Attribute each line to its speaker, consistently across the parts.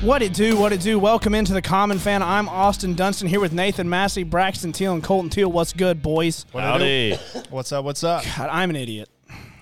Speaker 1: What it do, what it do. Welcome into the Common Fan. I'm Austin Dunston here with Nathan Massey, Braxton Teal, and Colton Teal. What's good, boys?
Speaker 2: Howdy.
Speaker 3: What's up? What's up?
Speaker 1: God, I'm an idiot.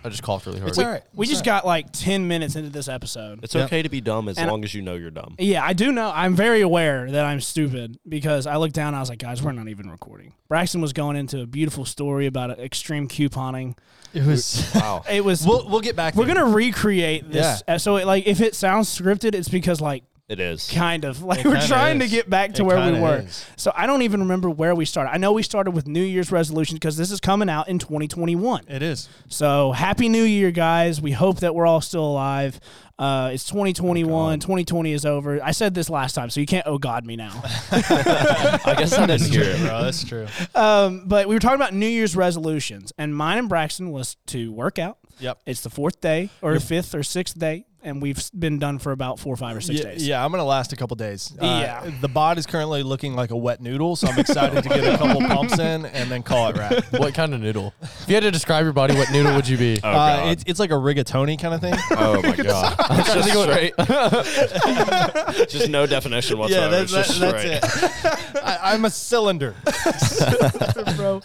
Speaker 4: I just coughed really hard.
Speaker 3: It's all right.
Speaker 1: We
Speaker 3: It's
Speaker 1: just
Speaker 3: all
Speaker 1: got like 10 minutes into this episode.
Speaker 2: It's okay to be dumb as long as you know you're dumb.
Speaker 1: Yeah, I do know. I'm very aware that I'm stupid because I looked down and I was like, guys, we're not even recording. Braxton was going into a beautiful story about uh, extreme couponing.
Speaker 4: It was wow.
Speaker 1: It was.
Speaker 4: we'll we'll get back.
Speaker 1: we're
Speaker 4: there.
Speaker 1: gonna recreate this, uh, so it, like if it sounds scripted, it's because like
Speaker 2: It is.
Speaker 1: kind of like
Speaker 3: It
Speaker 1: we're
Speaker 3: kinda
Speaker 1: trying to
Speaker 3: is.
Speaker 1: get back to
Speaker 3: It
Speaker 1: where we
Speaker 3: kinda
Speaker 1: were.
Speaker 3: is.
Speaker 1: So I don't even remember where we started. I know we started with New Year's resolutions because this is coming out in 2021.
Speaker 3: It is.
Speaker 1: So happy New Year, guys! We hope that we're all still alive. Uh, it's 2021. 2020 is over. I said this last time, so you can't oh god me now.
Speaker 2: I guess I didn't hear it.
Speaker 3: bro. That's true.
Speaker 1: um, but we were talking about New Year's resolutions, and mine and Braxton was to work out.
Speaker 3: Yep.
Speaker 1: It's the fourth day or fifth or sixth day, and we've s- been done for about four, five, or six
Speaker 3: Yeah,
Speaker 1: days.
Speaker 3: yeah, I'm gonna last a couple days. Uh,
Speaker 1: Yeah.
Speaker 3: the bod is currently looking like a wet noodle, so I'm excited to get a couple pumps in and then call it wrap.
Speaker 4: What kind of noodle? If you had to describe your body, what noodle would you be?
Speaker 2: Oh,
Speaker 3: uh,
Speaker 2: God.
Speaker 3: it's, it's like a rigatoni kind of thing.
Speaker 4: oh my god! I'm trying to think of what-
Speaker 2: just no definition whatsoever. it's just straight.
Speaker 3: it. I, I'm a cylinder.
Speaker 1: bro.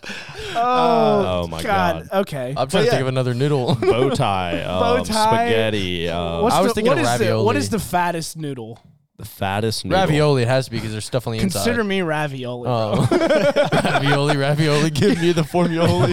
Speaker 1: Oh,
Speaker 2: oh my
Speaker 1: God.
Speaker 2: God.
Speaker 1: Okay.
Speaker 4: I'm trying to
Speaker 3: yeah.
Speaker 4: think of another noodle.
Speaker 2: Bow tie, um,
Speaker 1: Bow tie.
Speaker 2: spaghetti, um,
Speaker 1: What's
Speaker 4: I was
Speaker 1: the,
Speaker 4: thinking
Speaker 1: what
Speaker 4: of
Speaker 1: is the- what
Speaker 4: ravioli.
Speaker 1: is the fattest noodle?
Speaker 2: the fattest noodle.
Speaker 4: ravioli has to be because there's stuff on the
Speaker 1: Consider
Speaker 4: inside.
Speaker 1: me ravioli. bro.
Speaker 4: Oh. ravioli, ravioli, give me the formula.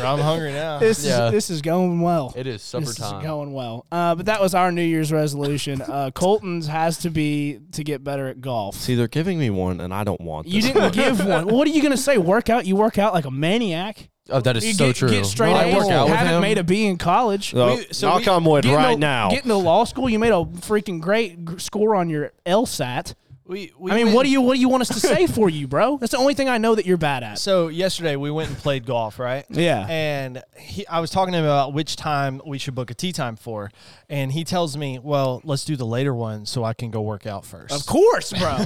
Speaker 3: I'm hungry now.
Speaker 1: This
Speaker 4: yeah.
Speaker 1: is this is going well.
Speaker 4: it is supper
Speaker 1: this is
Speaker 4: time.
Speaker 1: going well. Uh, but that was our New Year's resolution. Uh, Colton's has to be to get better at golf.
Speaker 2: See, they're giving me one, and I don't want. This
Speaker 1: You
Speaker 2: one.
Speaker 1: didn't give one. What are you gonna say? Work out? You work out like a maniac.
Speaker 4: oh, that is
Speaker 1: you
Speaker 4: so
Speaker 1: get,
Speaker 4: true.
Speaker 1: Get straight
Speaker 4: When I
Speaker 1: A's.
Speaker 4: work out with
Speaker 1: haven't
Speaker 4: him. Oh,
Speaker 1: made a B in college.
Speaker 2: So,
Speaker 3: We- so
Speaker 2: knock
Speaker 3: we-
Speaker 2: on wood
Speaker 1: Get
Speaker 2: right
Speaker 1: into,
Speaker 2: now.
Speaker 1: Get into law school. You made a freaking great g- score on your LSAT.
Speaker 3: we, we
Speaker 1: I mean,
Speaker 3: went-
Speaker 1: what do you what do you want us to say for you, bro? That's the only thing I know that you're bad at.
Speaker 3: So yesterday we went and played golf, right?
Speaker 1: Yeah.
Speaker 3: And he, I was talking to him about which time we should book a tee time for, and he tells me, "Well, let's do the later one so I can go work out first.
Speaker 1: Of course, bro.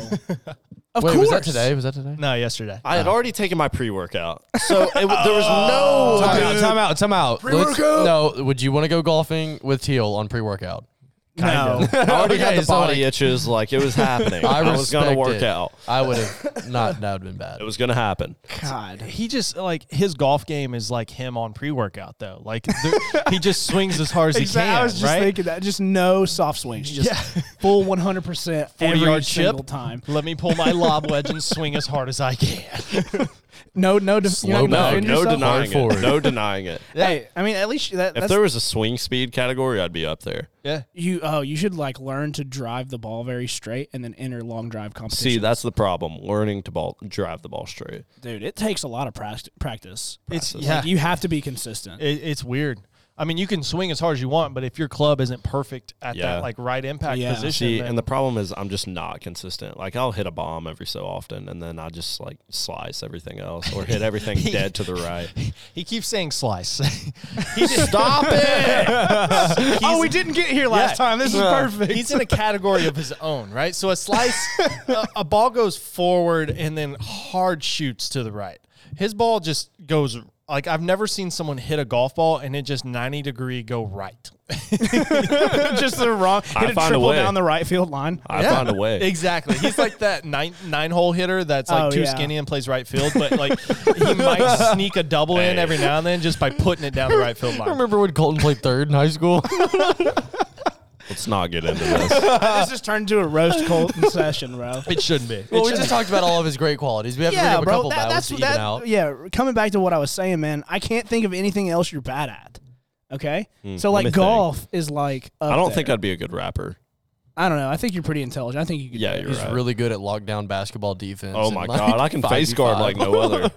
Speaker 1: of
Speaker 4: Wait,
Speaker 1: course.
Speaker 4: was that today? Was that today?
Speaker 3: No, yesterday. Uh,
Speaker 2: I had already taken my pre-workout, so it, w- there was no.
Speaker 4: Time out, time out, time out. Let's-
Speaker 1: Pre-workout?
Speaker 4: No, would you want to go golfing with Teal on pre-workout?
Speaker 1: No.
Speaker 2: I already had
Speaker 4: Okay,
Speaker 2: the
Speaker 4: so,
Speaker 2: body
Speaker 4: like,
Speaker 2: itches. Like it was happening. I,
Speaker 4: I,
Speaker 2: was gonna
Speaker 4: respect
Speaker 2: work
Speaker 4: it.
Speaker 2: out.
Speaker 4: I would have not. That would have been bad.
Speaker 2: It was gonna happen.
Speaker 1: God.
Speaker 3: He just like his golf game is like him on pre-workout though. Like the, he just swings as hard as he
Speaker 1: Exactly.
Speaker 3: can,
Speaker 1: I was just
Speaker 3: right?
Speaker 1: thinking that. Just no soft swings. Just
Speaker 3: Yeah.
Speaker 1: full 100% every
Speaker 3: 40-yard
Speaker 1: single time.
Speaker 3: Let me pull my lob wedge and swing as hard as I can.
Speaker 1: No, no, def-
Speaker 4: Slow
Speaker 1: you know,
Speaker 4: back.
Speaker 2: No,
Speaker 1: defend
Speaker 2: no
Speaker 1: yourself?
Speaker 2: denying it.
Speaker 4: forward.
Speaker 2: No denying it.
Speaker 1: Hey, I mean, at least that,
Speaker 2: If
Speaker 1: that's
Speaker 2: there was a swing speed category, I'd be up there.
Speaker 3: Yeah.
Speaker 1: you. Oh, you should like learn to drive the ball very straight and then enter long drive competition.
Speaker 2: See, that's the problem. Learning to ball drive the ball straight.
Speaker 1: dude, it takes a lot of prac- practice.
Speaker 3: It's-
Speaker 1: Practice.
Speaker 3: yeah.
Speaker 1: Like, you have to be consistent.
Speaker 3: It, it's weird. I mean, you can swing as hard as you want, but if your club isn't perfect at
Speaker 2: Yeah.
Speaker 3: that like right impact
Speaker 1: Yeah.
Speaker 3: position,
Speaker 2: See,
Speaker 3: then-
Speaker 2: and the problem is I'm just not consistent. Like I'll hit a bomb every so often and then I just like slice everything else or hit everything dead to the right.
Speaker 3: he keeps saying slice.
Speaker 2: Stop it.
Speaker 1: oh, we didn't get here last time. This is perfect.
Speaker 3: He's in a category of his own, right? So a slice, a, a ball goes forward and then hard shoots to the right. His ball just goes like I've never seen someone hit a golf ball and it just ninety degree go right.
Speaker 1: just the wrong.
Speaker 2: I
Speaker 1: Hit a
Speaker 2: find a
Speaker 1: triple
Speaker 2: way.
Speaker 1: down the right field line.
Speaker 2: I found a way.
Speaker 3: Exactly. He's like that nine nine hole hitter that's like
Speaker 1: Oh,
Speaker 3: too
Speaker 1: yeah.
Speaker 3: skinny and plays right field, but like he might sneak a double in
Speaker 2: Hey.
Speaker 3: every now and then just by putting it down the right field line.
Speaker 4: Remember when Colton played third in high school?
Speaker 2: Let's not get into this.
Speaker 1: this just turned into a roast Colton session, bro.
Speaker 3: It shouldn't be.
Speaker 4: well, we just talked about all of his great qualities. We have to bring up a couple
Speaker 1: that-
Speaker 4: bad ones
Speaker 1: that's
Speaker 4: to even
Speaker 1: that-
Speaker 4: out.
Speaker 1: Yeah, coming back to what I was saying, man, I can't think of anything else you're bad at. Okay,
Speaker 4: Hmm,
Speaker 1: so
Speaker 2: me
Speaker 1: like
Speaker 2: think.
Speaker 1: golf is like up
Speaker 2: I don't
Speaker 1: there.
Speaker 2: think I'd be a good rapper.
Speaker 1: I don't know. I think you're pretty intelligent. I think you could.
Speaker 2: Yeah,
Speaker 1: do it.
Speaker 2: you're
Speaker 4: He's
Speaker 2: right.
Speaker 4: really good at lockdown basketball defense.
Speaker 2: Oh
Speaker 4: and,
Speaker 2: my
Speaker 4: like,
Speaker 2: god, I can face guard
Speaker 4: 5v5.
Speaker 2: like no other.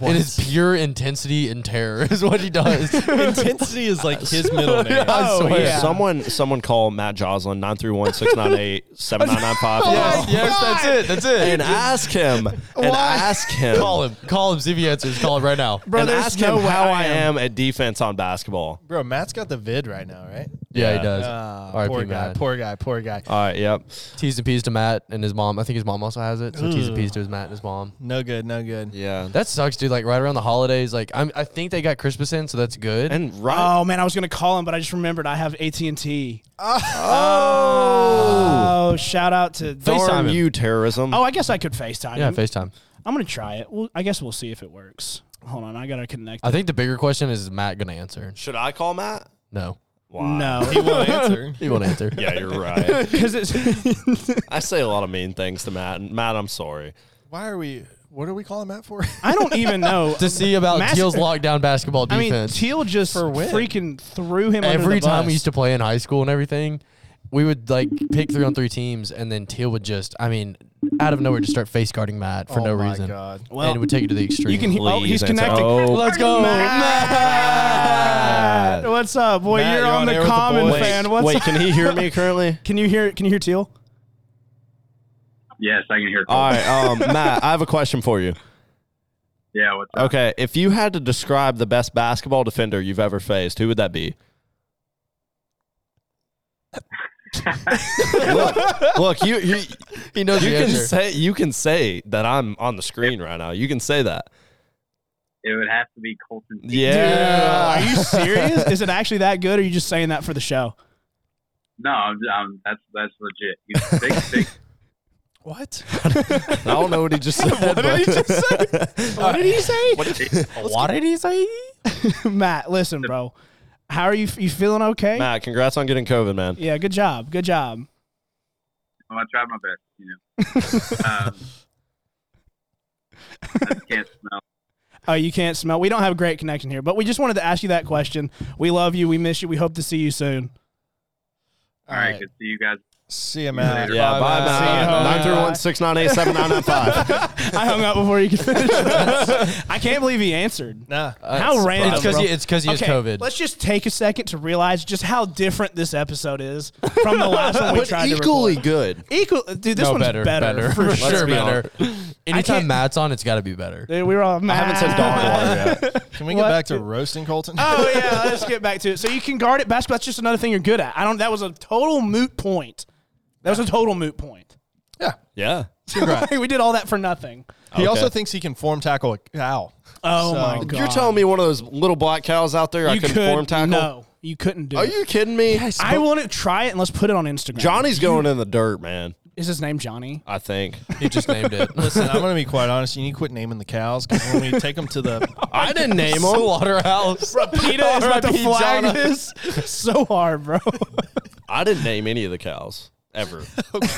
Speaker 4: It is pure intensity and terror is what he does.
Speaker 2: Oh,
Speaker 3: Intensity is like his middle name.
Speaker 4: I
Speaker 1: Oh,
Speaker 4: swear.
Speaker 1: yeah.
Speaker 2: Someone someone call Matt Joslin 931-698-7995
Speaker 4: Yes, that's it. That's it.
Speaker 2: and ask him. And ask him.
Speaker 4: Call him. Call him. See if he answers. Call him right now.
Speaker 1: Bro,
Speaker 2: and
Speaker 1: there's
Speaker 2: ask
Speaker 1: no
Speaker 2: him
Speaker 1: way
Speaker 2: how
Speaker 1: I
Speaker 2: I am. at defense on basketball.
Speaker 3: Bro, Matt's got the vid right now, right?
Speaker 4: yeah,
Speaker 2: yeah.
Speaker 4: he does.
Speaker 3: Ah,
Speaker 4: RIP
Speaker 3: poor guy,
Speaker 4: Matt.
Speaker 3: poor guy, poor guy.
Speaker 2: All right, yep.
Speaker 4: T's and P's
Speaker 2: Mm.
Speaker 4: to Matt and his mom. I think his mom also has it. So T's and P's to his Matt and his mom.
Speaker 3: No good, no good.
Speaker 2: Yeah.
Speaker 4: That sucks, dude. dude. Like right around the holidays, like I'm, I think they got Christmas in, so that's good.
Speaker 2: And right,
Speaker 1: Oh man, I was gonna call him, but I just remembered I have AT and T. Oh.
Speaker 2: Oh.
Speaker 1: shout out to
Speaker 2: darn
Speaker 4: FaceTime him.
Speaker 2: you, terrorism.
Speaker 1: Oh, I guess I could Facetime.
Speaker 4: yeah,
Speaker 1: him.
Speaker 4: FaceTime.
Speaker 1: I'm gonna try it. Well, I guess we'll see if it works. Hold on, I gotta connect.
Speaker 4: I think the bigger question is, is Matt gonna answer?
Speaker 2: Should I call Matt?
Speaker 4: No,
Speaker 2: Why?
Speaker 1: no,
Speaker 3: He won't answer.
Speaker 4: he won't answer.
Speaker 2: Yeah, you're right.
Speaker 1: because it's
Speaker 2: I say a lot of mean things to Matt. and Matt, I'm sorry.
Speaker 3: Why are we? What are we calling Matt for?
Speaker 1: I don't even know.
Speaker 4: To see about
Speaker 1: Mass-
Speaker 4: Teal's lockdown basketball
Speaker 1: I mean,
Speaker 4: defense.
Speaker 1: Teal just
Speaker 3: For when?
Speaker 1: freaking threw him under
Speaker 4: every
Speaker 1: the
Speaker 4: time
Speaker 1: bus.
Speaker 4: we used to play in high school and everything, we would like pick three on three teams, and then Teal would just, I mean, out of nowhere, just start face guarding Matt for
Speaker 3: Oh
Speaker 4: no
Speaker 3: my
Speaker 4: reason,
Speaker 3: God.
Speaker 1: Well,
Speaker 4: and it would take it to the extreme.
Speaker 1: You can hear. Oh, he's
Speaker 2: Please answer.
Speaker 1: connecting.
Speaker 2: Oh. Let's
Speaker 4: go,
Speaker 1: Matt. What's up, boy?
Speaker 3: Matt,
Speaker 1: you're, on the
Speaker 3: air with the
Speaker 1: common
Speaker 3: boys.
Speaker 1: fan. What's
Speaker 2: Wait,
Speaker 1: up?
Speaker 2: can he hear me currently?
Speaker 1: Can you hear? Can you hear Teal?
Speaker 5: Yes, I can hear.
Speaker 2: All
Speaker 5: Cole.
Speaker 2: right, um, Matt, I have a question for you.
Speaker 5: Yeah, what's
Speaker 4: Uh-huh.
Speaker 5: up?
Speaker 2: Okay, if you had to describe the best basketball defender you've ever faced, who would that be? look, look, you you,
Speaker 4: he knows
Speaker 2: you
Speaker 4: the
Speaker 2: can
Speaker 4: answer.
Speaker 2: say you can say that I'm on the screen right now. You can say that.
Speaker 5: It would have to be Colton.
Speaker 2: Yeah.
Speaker 1: Dude, are you serious? Is it actually that good? Or are you just saying that for the show?
Speaker 5: No, I'm, I'm, that's that's legit. He's big, big.
Speaker 3: What?
Speaker 2: I don't know what he just said.
Speaker 1: What did he
Speaker 2: but-
Speaker 1: just say? Uh, What did he say?
Speaker 4: what did he say?
Speaker 1: Matt, listen, bro. How are you? You feeling okay?
Speaker 2: Matt, congrats on getting COVID, man.
Speaker 1: Yeah, good job. Good job.
Speaker 5: Well, I tried my best, you know. um, I just can't smell.
Speaker 1: Oh, you can't smell. We don't have a great connection here, but we just wanted to ask you that question. We love you. We miss you. We hope to see you soon.
Speaker 5: All right, good to see you guys.
Speaker 3: See you, Matt.
Speaker 2: Yeah, bye, Matt. Nine
Speaker 1: See
Speaker 2: three
Speaker 1: ya.
Speaker 2: one six nine eight seven nine nine five.
Speaker 1: I hung up before you could finish. I can't believe he answered.
Speaker 3: Nah.
Speaker 2: Uh,
Speaker 1: How random,
Speaker 4: Uh, It's because
Speaker 1: bro.
Speaker 4: he, it's 'cause he has
Speaker 1: Okay,
Speaker 4: COVID.
Speaker 1: Let's just take a second to realize just how different this episode is from the last one we
Speaker 2: But
Speaker 1: tried
Speaker 2: equally
Speaker 1: to record.
Speaker 2: good.
Speaker 1: Equal, dude. This one's better, for
Speaker 4: for
Speaker 1: sure.
Speaker 4: sure,
Speaker 2: be
Speaker 4: better.
Speaker 1: can't-
Speaker 4: Anytime Matt's on, it's got to be better.
Speaker 1: Dude, we were all.
Speaker 2: I haven't said dog water yet.
Speaker 3: Can we get
Speaker 1: What?
Speaker 3: back to roasting Colton?
Speaker 2: Ah.
Speaker 1: Oh yeah, let's get back to it. So you can guard it basketball. That's just another thing you're good at. I don't. That was a total moot point. That was a total moot point.
Speaker 3: yeah.
Speaker 2: Yeah.
Speaker 1: Like, we did all that for nothing.
Speaker 3: He also
Speaker 2: Okay.
Speaker 3: thinks he can form tackle a cow.
Speaker 1: Oh
Speaker 3: So-
Speaker 1: my god!
Speaker 2: You're telling me one of those little black cows out there I
Speaker 1: you
Speaker 2: can
Speaker 1: could
Speaker 2: form tackle?
Speaker 1: No, you couldn't do
Speaker 2: Are
Speaker 1: it.
Speaker 2: you kidding me?
Speaker 1: I want to try it and let's put it on Instagram.
Speaker 2: Johnny's going in the dirt, man.
Speaker 1: is his name Johnny?
Speaker 2: I think.
Speaker 4: He just named it.
Speaker 3: Listen, I'm going to be quite honest. You need to quit naming the cows because when we take them to the
Speaker 2: I didn't name him.
Speaker 4: Slaughterhouse.
Speaker 1: Peta is about to
Speaker 4: R.I.P.
Speaker 1: flag
Speaker 4: Johnny.
Speaker 1: this so hard, bro.
Speaker 2: I didn't name any of the cows ever.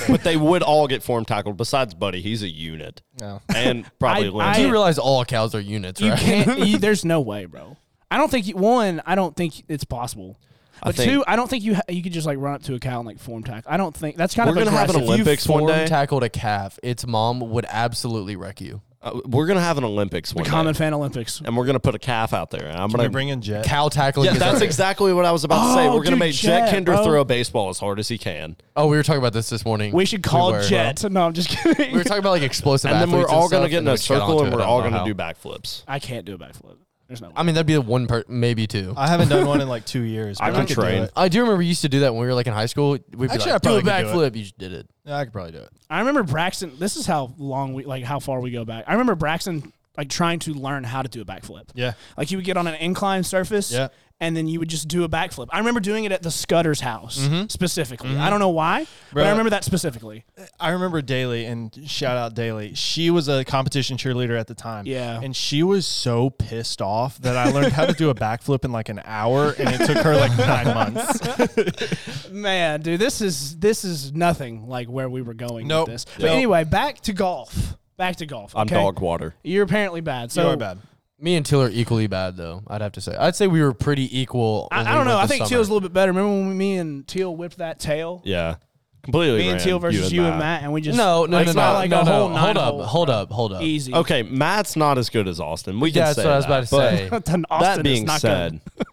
Speaker 2: But they would all get form tackled. Besides Buddy, he's a unit.
Speaker 3: No.
Speaker 2: And probably
Speaker 1: I-
Speaker 4: Do
Speaker 2: Lindsay.
Speaker 4: you realize all cows are units,
Speaker 1: You
Speaker 4: right?
Speaker 1: can't. You, there's no way, bro. I don't think you, one. I don't think it's possible. But
Speaker 2: think-
Speaker 1: two, I don't think you ha- you could just like run up to a cow and like form tackle. I don't think that's kind
Speaker 2: We're
Speaker 1: of
Speaker 2: gonna have an
Speaker 1: aggressive.
Speaker 2: Olymp-
Speaker 1: You-
Speaker 2: Olympics one
Speaker 4: form
Speaker 2: day?
Speaker 4: tackled a calf, its mom would absolutely wreck you.
Speaker 2: Uh, we're gonna have an Olympics one
Speaker 1: common
Speaker 2: day,
Speaker 1: fan Olympics.
Speaker 2: and we're gonna put a calf out there. And I'm
Speaker 3: we
Speaker 2: gonna
Speaker 3: bring in Jet.
Speaker 4: Cow tackling.
Speaker 2: Yeah,
Speaker 4: is
Speaker 2: that's
Speaker 4: our-
Speaker 2: exactly what I was about to say.
Speaker 1: Oh,
Speaker 2: We're gonna
Speaker 1: dude,
Speaker 2: make Jet
Speaker 1: Jet,
Speaker 2: Kinder
Speaker 1: bro.
Speaker 2: throw a baseball as hard as he can,
Speaker 4: Oh, we were talking about this this morning.
Speaker 1: We should call
Speaker 4: were.
Speaker 1: Jet. No, I'm just kidding.
Speaker 4: We were talking about like explosive.
Speaker 2: and then we're
Speaker 4: athletes
Speaker 2: all gonna
Speaker 4: stuff,
Speaker 2: get in a
Speaker 4: which got
Speaker 2: circle
Speaker 4: onto
Speaker 2: and
Speaker 4: it. Uh-huh.
Speaker 2: we're
Speaker 4: I
Speaker 2: all
Speaker 4: don't know
Speaker 2: gonna do
Speaker 4: how.
Speaker 2: backflips.
Speaker 1: I can't do a backflip. There's no. Way.
Speaker 4: I mean, that'd be the one part, maybe two. I,
Speaker 3: I haven't done one in like two years. but
Speaker 2: I can
Speaker 3: could
Speaker 2: train.
Speaker 3: Do it.
Speaker 4: do remember we used to do that when we were like in high school. We'd be
Speaker 3: Actually, I
Speaker 4: like, do
Speaker 3: probably could
Speaker 4: a
Speaker 3: do
Speaker 4: backflip. You just did it.
Speaker 3: Yeah, I could probably do it.
Speaker 1: I remember Braxton. This is how long we like how far we go back. I remember Braxton like trying to learn how to do a backflip.
Speaker 3: Yeah.
Speaker 1: Like you would get on an inclined surface.
Speaker 3: Yeah.
Speaker 1: And then you would just do a backflip. I remember doing it at the Scudder's house specifically. I don't know why, but I
Speaker 3: Bro.
Speaker 1: remember that specifically.
Speaker 3: I remember Daly and shout out Daly. She was a competition cheerleader at the time.
Speaker 1: Yeah.
Speaker 3: And she was so pissed off that I learned how to do a backflip in like an hour and it took her like nine months.
Speaker 1: Man, dude, this is this is nothing like where we were going
Speaker 3: Nope.
Speaker 1: with this. But
Speaker 3: Nope.
Speaker 1: anyway, back to golf. Back to golf.
Speaker 2: I'm
Speaker 1: okay?
Speaker 2: dog water.
Speaker 1: You're apparently bad. So
Speaker 3: you are bad.
Speaker 4: Me and Till are equally bad, though. I'd have to say. I'd say we were pretty equal. when
Speaker 1: I, I
Speaker 4: we
Speaker 1: don't know.
Speaker 4: went
Speaker 1: I
Speaker 4: this
Speaker 1: think
Speaker 4: summer.
Speaker 1: Teal's a little bit better. Remember when me and Teal whipped that tail?
Speaker 2: Yeah, completely.
Speaker 1: Me and
Speaker 2: ran
Speaker 1: Teal versus you and Matt, and we just
Speaker 4: No,
Speaker 1: like,
Speaker 4: no, no,
Speaker 1: it's not
Speaker 4: no,
Speaker 1: like
Speaker 4: no,
Speaker 1: a
Speaker 4: no.
Speaker 1: whole nine
Speaker 4: Hold up,
Speaker 1: hole.
Speaker 4: hold up, hold up.
Speaker 1: easy.
Speaker 2: Okay, Matt's not as good as Austin. We can
Speaker 4: Yeah, that's
Speaker 2: say
Speaker 4: what I was
Speaker 2: that,
Speaker 4: about to
Speaker 2: but
Speaker 4: say.
Speaker 1: Austin
Speaker 2: That
Speaker 1: is
Speaker 2: being
Speaker 1: not
Speaker 2: said,
Speaker 1: good.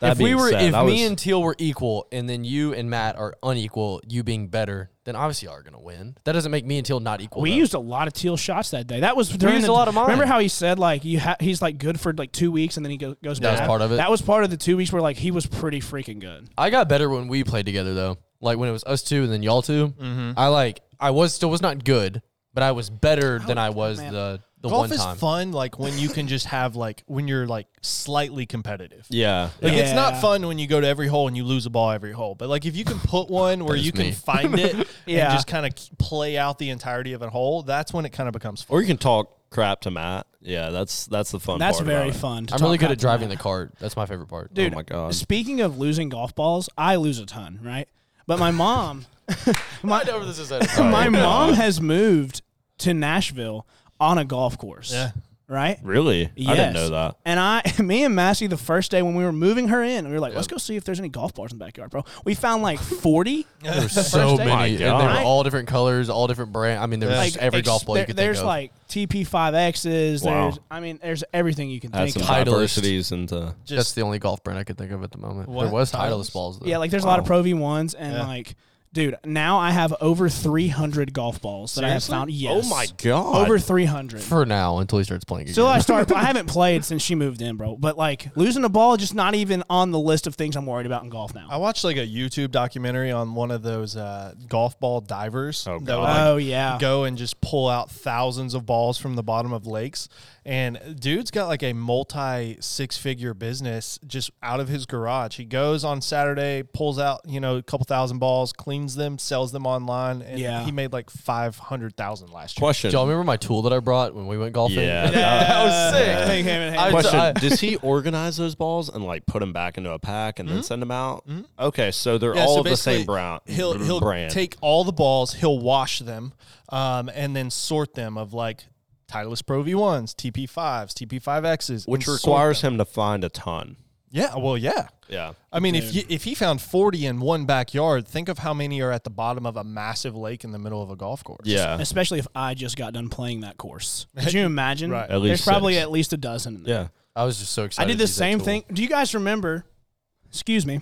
Speaker 2: that
Speaker 4: if we
Speaker 2: being
Speaker 4: were,
Speaker 2: said,
Speaker 4: if
Speaker 2: I
Speaker 4: me
Speaker 2: was-
Speaker 4: and Teal were equal, and then you and Matt are unequal, you being better, then obviously are gonna win. That doesn't make me and Teal not equal.
Speaker 1: we
Speaker 4: though.
Speaker 1: used a lot of teal shots that day. That was during
Speaker 4: used
Speaker 1: the-
Speaker 4: a lot of mine.
Speaker 1: Remember how he said like you ha- he's like good for like two weeks and then he go- goes
Speaker 4: That
Speaker 1: back.
Speaker 4: was part of it.
Speaker 1: That was part of the two weeks where like he was pretty freaking good.
Speaker 4: I got better when
Speaker 1: Mm-hmm.
Speaker 4: we played together though. Like when it was us two and then y'all 2 I like I was still was not good, but I was better than
Speaker 1: Oh,
Speaker 4: I was
Speaker 1: man.
Speaker 4: the the
Speaker 3: Golf
Speaker 4: one
Speaker 3: is
Speaker 4: time.
Speaker 3: fun, like when you can just have like when you're like slightly competitive.
Speaker 2: Yeah.
Speaker 3: Like it's not
Speaker 1: Yeah.
Speaker 3: fun when you go to every hole and you lose a ball every hole. But like if you can put one where
Speaker 4: That is
Speaker 3: you can
Speaker 4: me.
Speaker 3: find it
Speaker 1: Yeah.
Speaker 3: and just kind of play out the entirety of a hole, that's when it kind of becomes fun.
Speaker 2: Or you can talk crap to Matt. Yeah, that's that's the fun.
Speaker 1: That's
Speaker 2: part
Speaker 1: very
Speaker 2: about it.
Speaker 1: fun. to
Speaker 4: I'm really
Speaker 1: talk
Speaker 4: good at
Speaker 1: about
Speaker 4: driving
Speaker 1: that.
Speaker 4: the cart. That's my favorite part.
Speaker 1: Dude,
Speaker 2: Oh my god.
Speaker 1: Speaking of losing golf balls, I lose a ton, right? But my mom, my,
Speaker 4: over this is at.
Speaker 1: my mom has moved to Nashville on a golf course.
Speaker 3: Yeah.
Speaker 1: Right?
Speaker 2: Really? I didn't
Speaker 1: Yes.
Speaker 2: know that.
Speaker 1: And I, me and Massey, the first day when we were moving her in, we were like, let's go see if there's any golf balls in the backyard, bro. We found like 40.
Speaker 4: There were so
Speaker 1: day.
Speaker 4: many,
Speaker 2: My
Speaker 4: and they
Speaker 2: God.
Speaker 4: were all different colors, all different brand. I mean, there was
Speaker 1: like
Speaker 4: just every
Speaker 1: ex-
Speaker 4: golf ball you
Speaker 1: there-
Speaker 4: could
Speaker 1: There's
Speaker 4: think of.
Speaker 1: like TP5Xs.
Speaker 2: Wow.
Speaker 1: There's, I mean, there's everything you can
Speaker 2: Had
Speaker 1: think
Speaker 2: some
Speaker 1: of.
Speaker 4: Titleist.
Speaker 2: diversities into
Speaker 4: That's the only golf brand I could think of at the moment.
Speaker 3: What?
Speaker 4: There was
Speaker 3: Titleist?
Speaker 4: Titleist balls. Though.
Speaker 1: Yeah, like there's a lot of Pro V1s and
Speaker 3: Yeah.
Speaker 1: like, dude, now I have over 300 golf balls that I have
Speaker 3: Seriously? Oh
Speaker 1: found. Yes.
Speaker 2: god.
Speaker 1: Over 300.
Speaker 4: for now until he starts playing.
Speaker 1: Still, I
Speaker 4: again.
Speaker 1: start. I haven't played since she moved in, bro. But like losing a ball, just not even on the list of things I'm worried about in golf now.
Speaker 3: I watched like a YouTube documentary on one of those uh, golf ball divers
Speaker 2: Oh,
Speaker 3: that
Speaker 2: God.
Speaker 3: would like
Speaker 1: oh yeah,
Speaker 3: go and just pull out thousands of balls from the bottom of lakes. And dude's got like a multi six figure business just out of his garage. He goes on Saturday, pulls out, you know, a couple thousand balls, cleans them, sells them online. And
Speaker 1: Yeah.
Speaker 3: he made like 500,000 last year.
Speaker 2: Question.
Speaker 4: Do y'all remember my tool that I brought when we went golfing?
Speaker 2: Yeah. Uh,
Speaker 4: that was sick.
Speaker 1: I think him and
Speaker 4: I-
Speaker 1: him-
Speaker 2: Question:
Speaker 4: I-
Speaker 2: Does he organize those balls and like put them back into a pack and then send them out? Okay, so they're
Speaker 3: Mm-hmm. Yeah,
Speaker 2: all
Speaker 3: so
Speaker 2: of the same
Speaker 3: basically,
Speaker 2: brown.
Speaker 3: He'll he'll
Speaker 2: brand.
Speaker 3: take all the balls, he'll wash them, um, and then sort them of like Titleist Pro V ones, TP fives, TP five Xs,
Speaker 2: which requires him to find a ton.
Speaker 3: yeah, well, yeah.
Speaker 2: Yeah,
Speaker 3: I mean, if you, if he found forty in one backyard, think of how many are at the bottom of a massive lake in the middle of a golf course.
Speaker 2: yeah,
Speaker 1: especially if I just got done playing that course. Could you imagine?
Speaker 3: Right. At
Speaker 1: there's
Speaker 2: least
Speaker 1: probably
Speaker 2: six.
Speaker 1: at least a dozen. In there.
Speaker 2: yeah.
Speaker 4: I was just so excited.
Speaker 1: I did
Speaker 4: to
Speaker 1: the
Speaker 4: use that
Speaker 1: same
Speaker 4: tool.
Speaker 1: thing. Do you guys remember? Excuse me,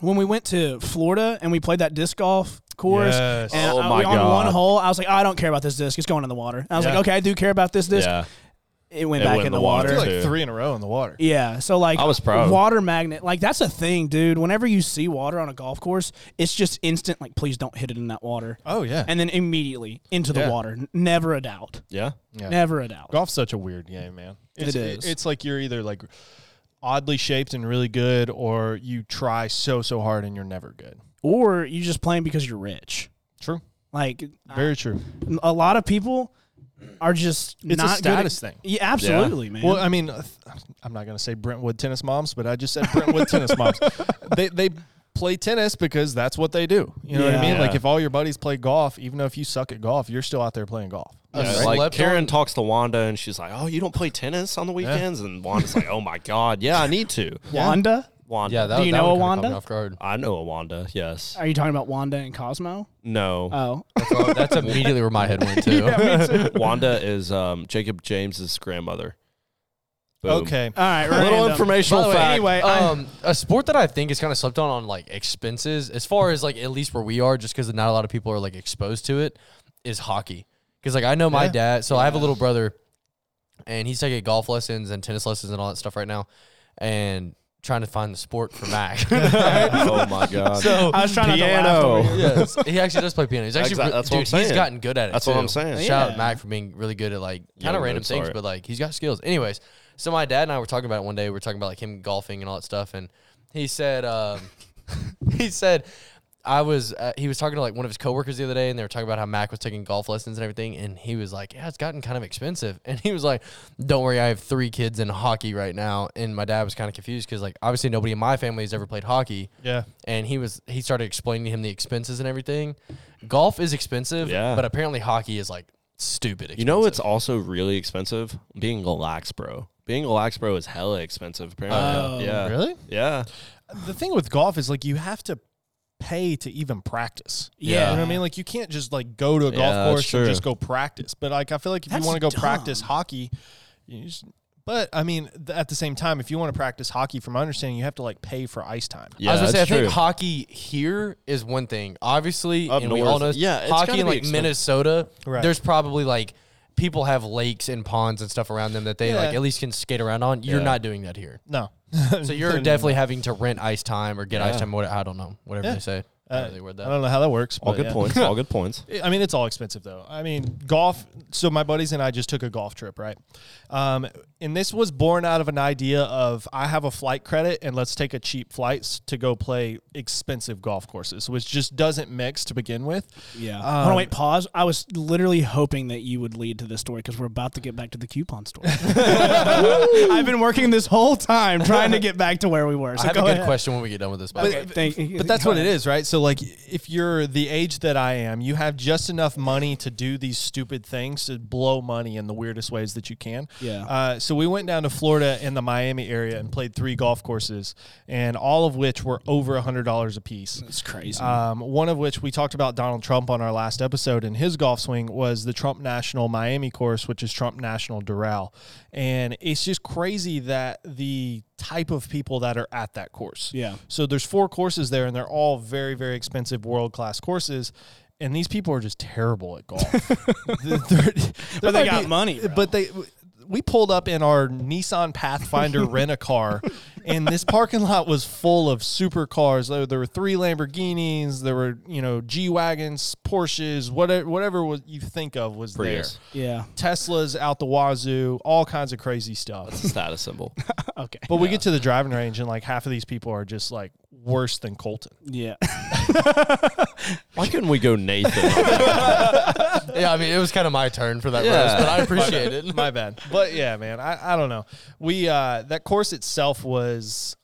Speaker 1: when we went to Florida and we played that disc golf course.
Speaker 3: Yes.
Speaker 1: And
Speaker 2: Oh
Speaker 1: I-
Speaker 2: my
Speaker 1: we- on one
Speaker 2: God.
Speaker 1: hole, I was like, oh, I don't care about this disc. It's going in the water. And I was
Speaker 3: Yeah.
Speaker 1: like, okay, I do care about this disc.
Speaker 2: yeah.
Speaker 1: It went
Speaker 2: It
Speaker 1: back
Speaker 2: went
Speaker 1: in the, water.
Speaker 3: I feel like
Speaker 2: Dude.
Speaker 3: three in a row in the water.
Speaker 1: Yeah, so like
Speaker 2: I was proud.
Speaker 1: Water magnet, like that's a thing, dude. Whenever you see water on a golf course, it's just instant. Like, please don't hit it in that water,
Speaker 3: Oh yeah,
Speaker 1: and then immediately into the
Speaker 3: Yeah.
Speaker 1: water. N- Never a doubt.
Speaker 2: yeah,
Speaker 3: Yeah.
Speaker 1: Never a doubt.
Speaker 3: golf's such a weird game, man.
Speaker 1: It
Speaker 3: It's,
Speaker 1: is.
Speaker 3: It's like you're either like oddly shaped and really good, or you try so so hard and you're never good.
Speaker 1: Or you just playing because you're rich.
Speaker 3: True.
Speaker 1: Like
Speaker 3: Very true.
Speaker 1: a lot of people are just
Speaker 3: It's
Speaker 1: not
Speaker 3: a
Speaker 1: good at-
Speaker 3: status thing.
Speaker 1: Yeah, absolutely, man.
Speaker 3: Well, I mean, uh, th- I'm not going to say Brentwood tennis moms, but I just said Brentwood tennis moms. They they play tennis because that's what they do. You know what I
Speaker 1: Yeah.
Speaker 3: mean? Like
Speaker 2: Yeah.
Speaker 3: if all your buddies play golf, even if you suck at golf, you're still out there playing golf.
Speaker 4: I
Speaker 2: Yeah,
Speaker 4: slept
Speaker 2: Like
Speaker 4: on-
Speaker 2: Karen talks to Wanda and she's like, "Oh, you don't play tennis on the weekends?" And Wanda's like, "Oh my god, yeah, I need to."
Speaker 1: Wanda.
Speaker 2: Wanda.
Speaker 4: Yeah, that,
Speaker 1: Do you
Speaker 4: that
Speaker 1: know
Speaker 4: one
Speaker 1: a
Speaker 4: kinda caught me
Speaker 1: Wanda?
Speaker 4: Off guard.
Speaker 2: I know a Wanda. Yes.
Speaker 1: Are you talking about Wanda and Cosmo?
Speaker 2: No.
Speaker 1: Oh,
Speaker 4: Oh, that's immediately where my head went to.
Speaker 2: Wanda is um, Jacob James's grandmother. Boom.
Speaker 3: Okay.
Speaker 1: all right.
Speaker 2: A little
Speaker 1: random.
Speaker 2: informational
Speaker 4: By the way,
Speaker 2: fact.
Speaker 1: Anyway, I-
Speaker 4: um, a sport that I think is kind of slept on on like expenses, as far as like at least where we are, just because not a lot of people are like exposed to it, is hockey. Because like I know my
Speaker 3: Yeah.
Speaker 4: dad, so I have a little brother, and he's taking golf lessons and tennis lessons and all that stuff right now, and trying to find the sport for Mac.
Speaker 2: oh my god.
Speaker 4: so
Speaker 1: I was trying not to laugh.
Speaker 2: Piano.
Speaker 1: over here.
Speaker 4: yes, he actually does play piano. He's actually
Speaker 2: Exactly, that's what
Speaker 4: dude,
Speaker 2: I'm
Speaker 4: he's
Speaker 2: saying.
Speaker 4: gotten good at it.
Speaker 2: That's what
Speaker 4: too.
Speaker 2: I'm saying.
Speaker 4: Shout
Speaker 1: Yeah.
Speaker 4: out Mac for being really good at like
Speaker 2: Yeah,
Speaker 4: kind of
Speaker 2: I'm
Speaker 4: random
Speaker 2: really
Speaker 4: things,
Speaker 2: sorry.
Speaker 4: but like he's got skills. Anyways, so my dad and I were talking about it one day. We are talking about like him golfing and all that stuff, and he said, um, he said. I was uh, he was talking to like one of his coworkers the other day, and they were talking about how Mac was taking golf lessons and everything, and he was like, "Yeah, it's gotten kind of expensive." And he was like, "Don't worry, I have three kids in hockey right now." And my dad was kind of confused because like obviously nobody in my family has ever played hockey,
Speaker 3: Yeah.
Speaker 4: and he was he started explaining to him the expenses and everything. Golf is expensive,
Speaker 2: Yeah.
Speaker 4: but apparently hockey is like stupid. Expensive.
Speaker 2: You know it's also really expensive? Being a lax bro. Being a lax bro is hella expensive,
Speaker 4: Oh,
Speaker 2: apparently. yeah.
Speaker 3: Really?
Speaker 2: Yeah.
Speaker 3: The thing with golf is like you have to pay to even practice.
Speaker 1: Yeah.
Speaker 3: You know what I mean? Like you can't just like go to a golf
Speaker 2: Yeah, that's
Speaker 3: course and
Speaker 2: true.
Speaker 3: just go practice. But like I feel like if
Speaker 1: That's
Speaker 3: you want to go
Speaker 1: dumb.
Speaker 3: practice hockey, you just but I mean, th- at the same time, if you want to practice hockey, from my understanding, you have to like pay for ice time.
Speaker 2: Yeah.
Speaker 4: I was gonna say I
Speaker 2: that's
Speaker 4: think
Speaker 2: true.
Speaker 4: hockey here is one thing. Obviously,
Speaker 2: Up
Speaker 4: and we all know
Speaker 2: north,
Speaker 4: this,
Speaker 2: yeah, it's
Speaker 4: hockey
Speaker 2: gotta
Speaker 4: in
Speaker 2: be
Speaker 4: like
Speaker 2: expensive.
Speaker 4: Minnesota.
Speaker 3: Right.
Speaker 4: There's probably like people have lakes and ponds and stuff around them that they
Speaker 3: Yeah.
Speaker 4: like at least can skate around on. You're
Speaker 2: Yeah.
Speaker 4: not doing that here,
Speaker 3: No.
Speaker 4: so you're definitely having to rent ice time or get ice time. What I don't know, whatever
Speaker 3: Yeah. Uh,
Speaker 4: they say. How do they word that?
Speaker 3: I don't know how that works.
Speaker 2: All
Speaker 3: but
Speaker 2: good
Speaker 3: yeah.
Speaker 2: points. All good points.
Speaker 3: I mean, it's all expensive though. I mean, golf. So my buddies and I just took a golf trip, right? Um, and this was born out of an idea of I have a flight credit, and let's take a cheap flights to go play expensive golf courses, which just doesn't mix to begin with.
Speaker 1: Yeah.
Speaker 3: Um,
Speaker 1: Hold on, wait, pause. I was literally hoping that you would lead to this story because we're about to get back to the coupon story. I've been working this whole time trying to get back to where we were. So
Speaker 4: I have a
Speaker 1: go
Speaker 4: good
Speaker 1: ahead.
Speaker 4: question when we get done with this. By the way.
Speaker 1: But, thank-
Speaker 3: But that's what it is, right? So like, if you're the age that I am, you have just enough money to do these stupid things to blow money in the weirdest ways that you can.
Speaker 1: Yeah.
Speaker 3: Uh, so we went down to Florida in the Miami area and played three golf courses, and all of which were over a hundred dollars a piece.
Speaker 1: It's crazy.
Speaker 3: Um, one of which we talked about Donald Trump on our last episode, and his golf swing was the Trump National Miami course, which is Trump National Doral. And it's just crazy that the type of people that are at that course.
Speaker 1: Yeah.
Speaker 3: So there's four courses there, and they're all very, very expensive, world class courses. And these people are just terrible at golf. They're- they're-
Speaker 1: But they
Speaker 3: might
Speaker 1: got money, bro.
Speaker 3: But they, we pulled up in our Nissan Pathfinder rent a car, and this parking lot was full of super cars. There, there were three Lamborghinis, there were you know G wagons, Porsches, whatever whatever was you think of was
Speaker 2: Prius.
Speaker 3: there.
Speaker 1: yeah.
Speaker 3: Teslas out the wazoo, all kinds of crazy stuff.
Speaker 2: Status symbol.
Speaker 1: Okay.
Speaker 3: But we get to the driving range, and like half of these people are just like worse than Colton.
Speaker 1: Yeah.
Speaker 2: Why couldn't we go Nathan?
Speaker 4: yeah, I mean, it was kind of my turn for that
Speaker 2: Yeah.
Speaker 4: roast, but I appreciate it.
Speaker 3: My bad. But yeah, man, I, I don't know. We uh that course itself was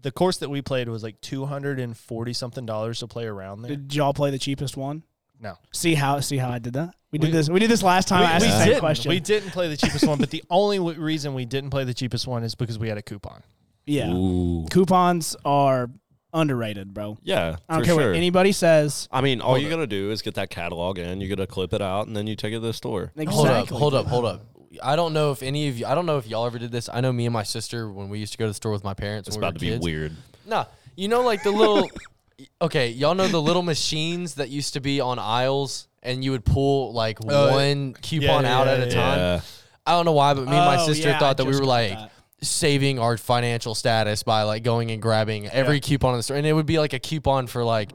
Speaker 3: the course that we played was like two hundred and forty something dollars to play around there.
Speaker 1: Did y'all play the cheapest one?
Speaker 3: No.
Speaker 1: See how see how I did that? We did
Speaker 3: We-
Speaker 1: this. We did this last time. I asked the same
Speaker 3: didn't.
Speaker 1: question.
Speaker 3: We didn't play the cheapest one, but the only w- reason we didn't play the cheapest one is because we had a coupon.
Speaker 1: yeah.
Speaker 2: Ooh.
Speaker 1: Coupons are underrated, bro.
Speaker 2: Yeah.
Speaker 1: I don't
Speaker 2: for
Speaker 1: care
Speaker 2: sure.
Speaker 1: what anybody says.
Speaker 2: I mean, all you gotta do is get that catalog in. You gotta clip it out, and then you take it to the store.
Speaker 4: Hold
Speaker 1: Exactly.
Speaker 4: up, hold up, hold up. I don't know if any of you, I don't know if y'all ever did this. I know me and my sister, when we used to go to the store with my parents,
Speaker 2: It's
Speaker 4: when we
Speaker 2: about to
Speaker 4: were
Speaker 2: be
Speaker 4: kids-
Speaker 2: weird.
Speaker 4: Nah, you know, like the little. okay, y'all know the little machines that used to be on aisles, and you would pull like
Speaker 3: Uh,
Speaker 4: one coupon
Speaker 3: yeah,
Speaker 4: out
Speaker 3: yeah,
Speaker 4: at a
Speaker 3: yeah.
Speaker 4: time. I don't know why, but me and my
Speaker 1: Oh,
Speaker 4: sister
Speaker 1: yeah, I
Speaker 4: thought that we
Speaker 1: just
Speaker 4: were
Speaker 1: got
Speaker 4: like
Speaker 1: that.
Speaker 4: saving our financial status by like going and grabbing every coupon in the store, and it would be like a coupon for like.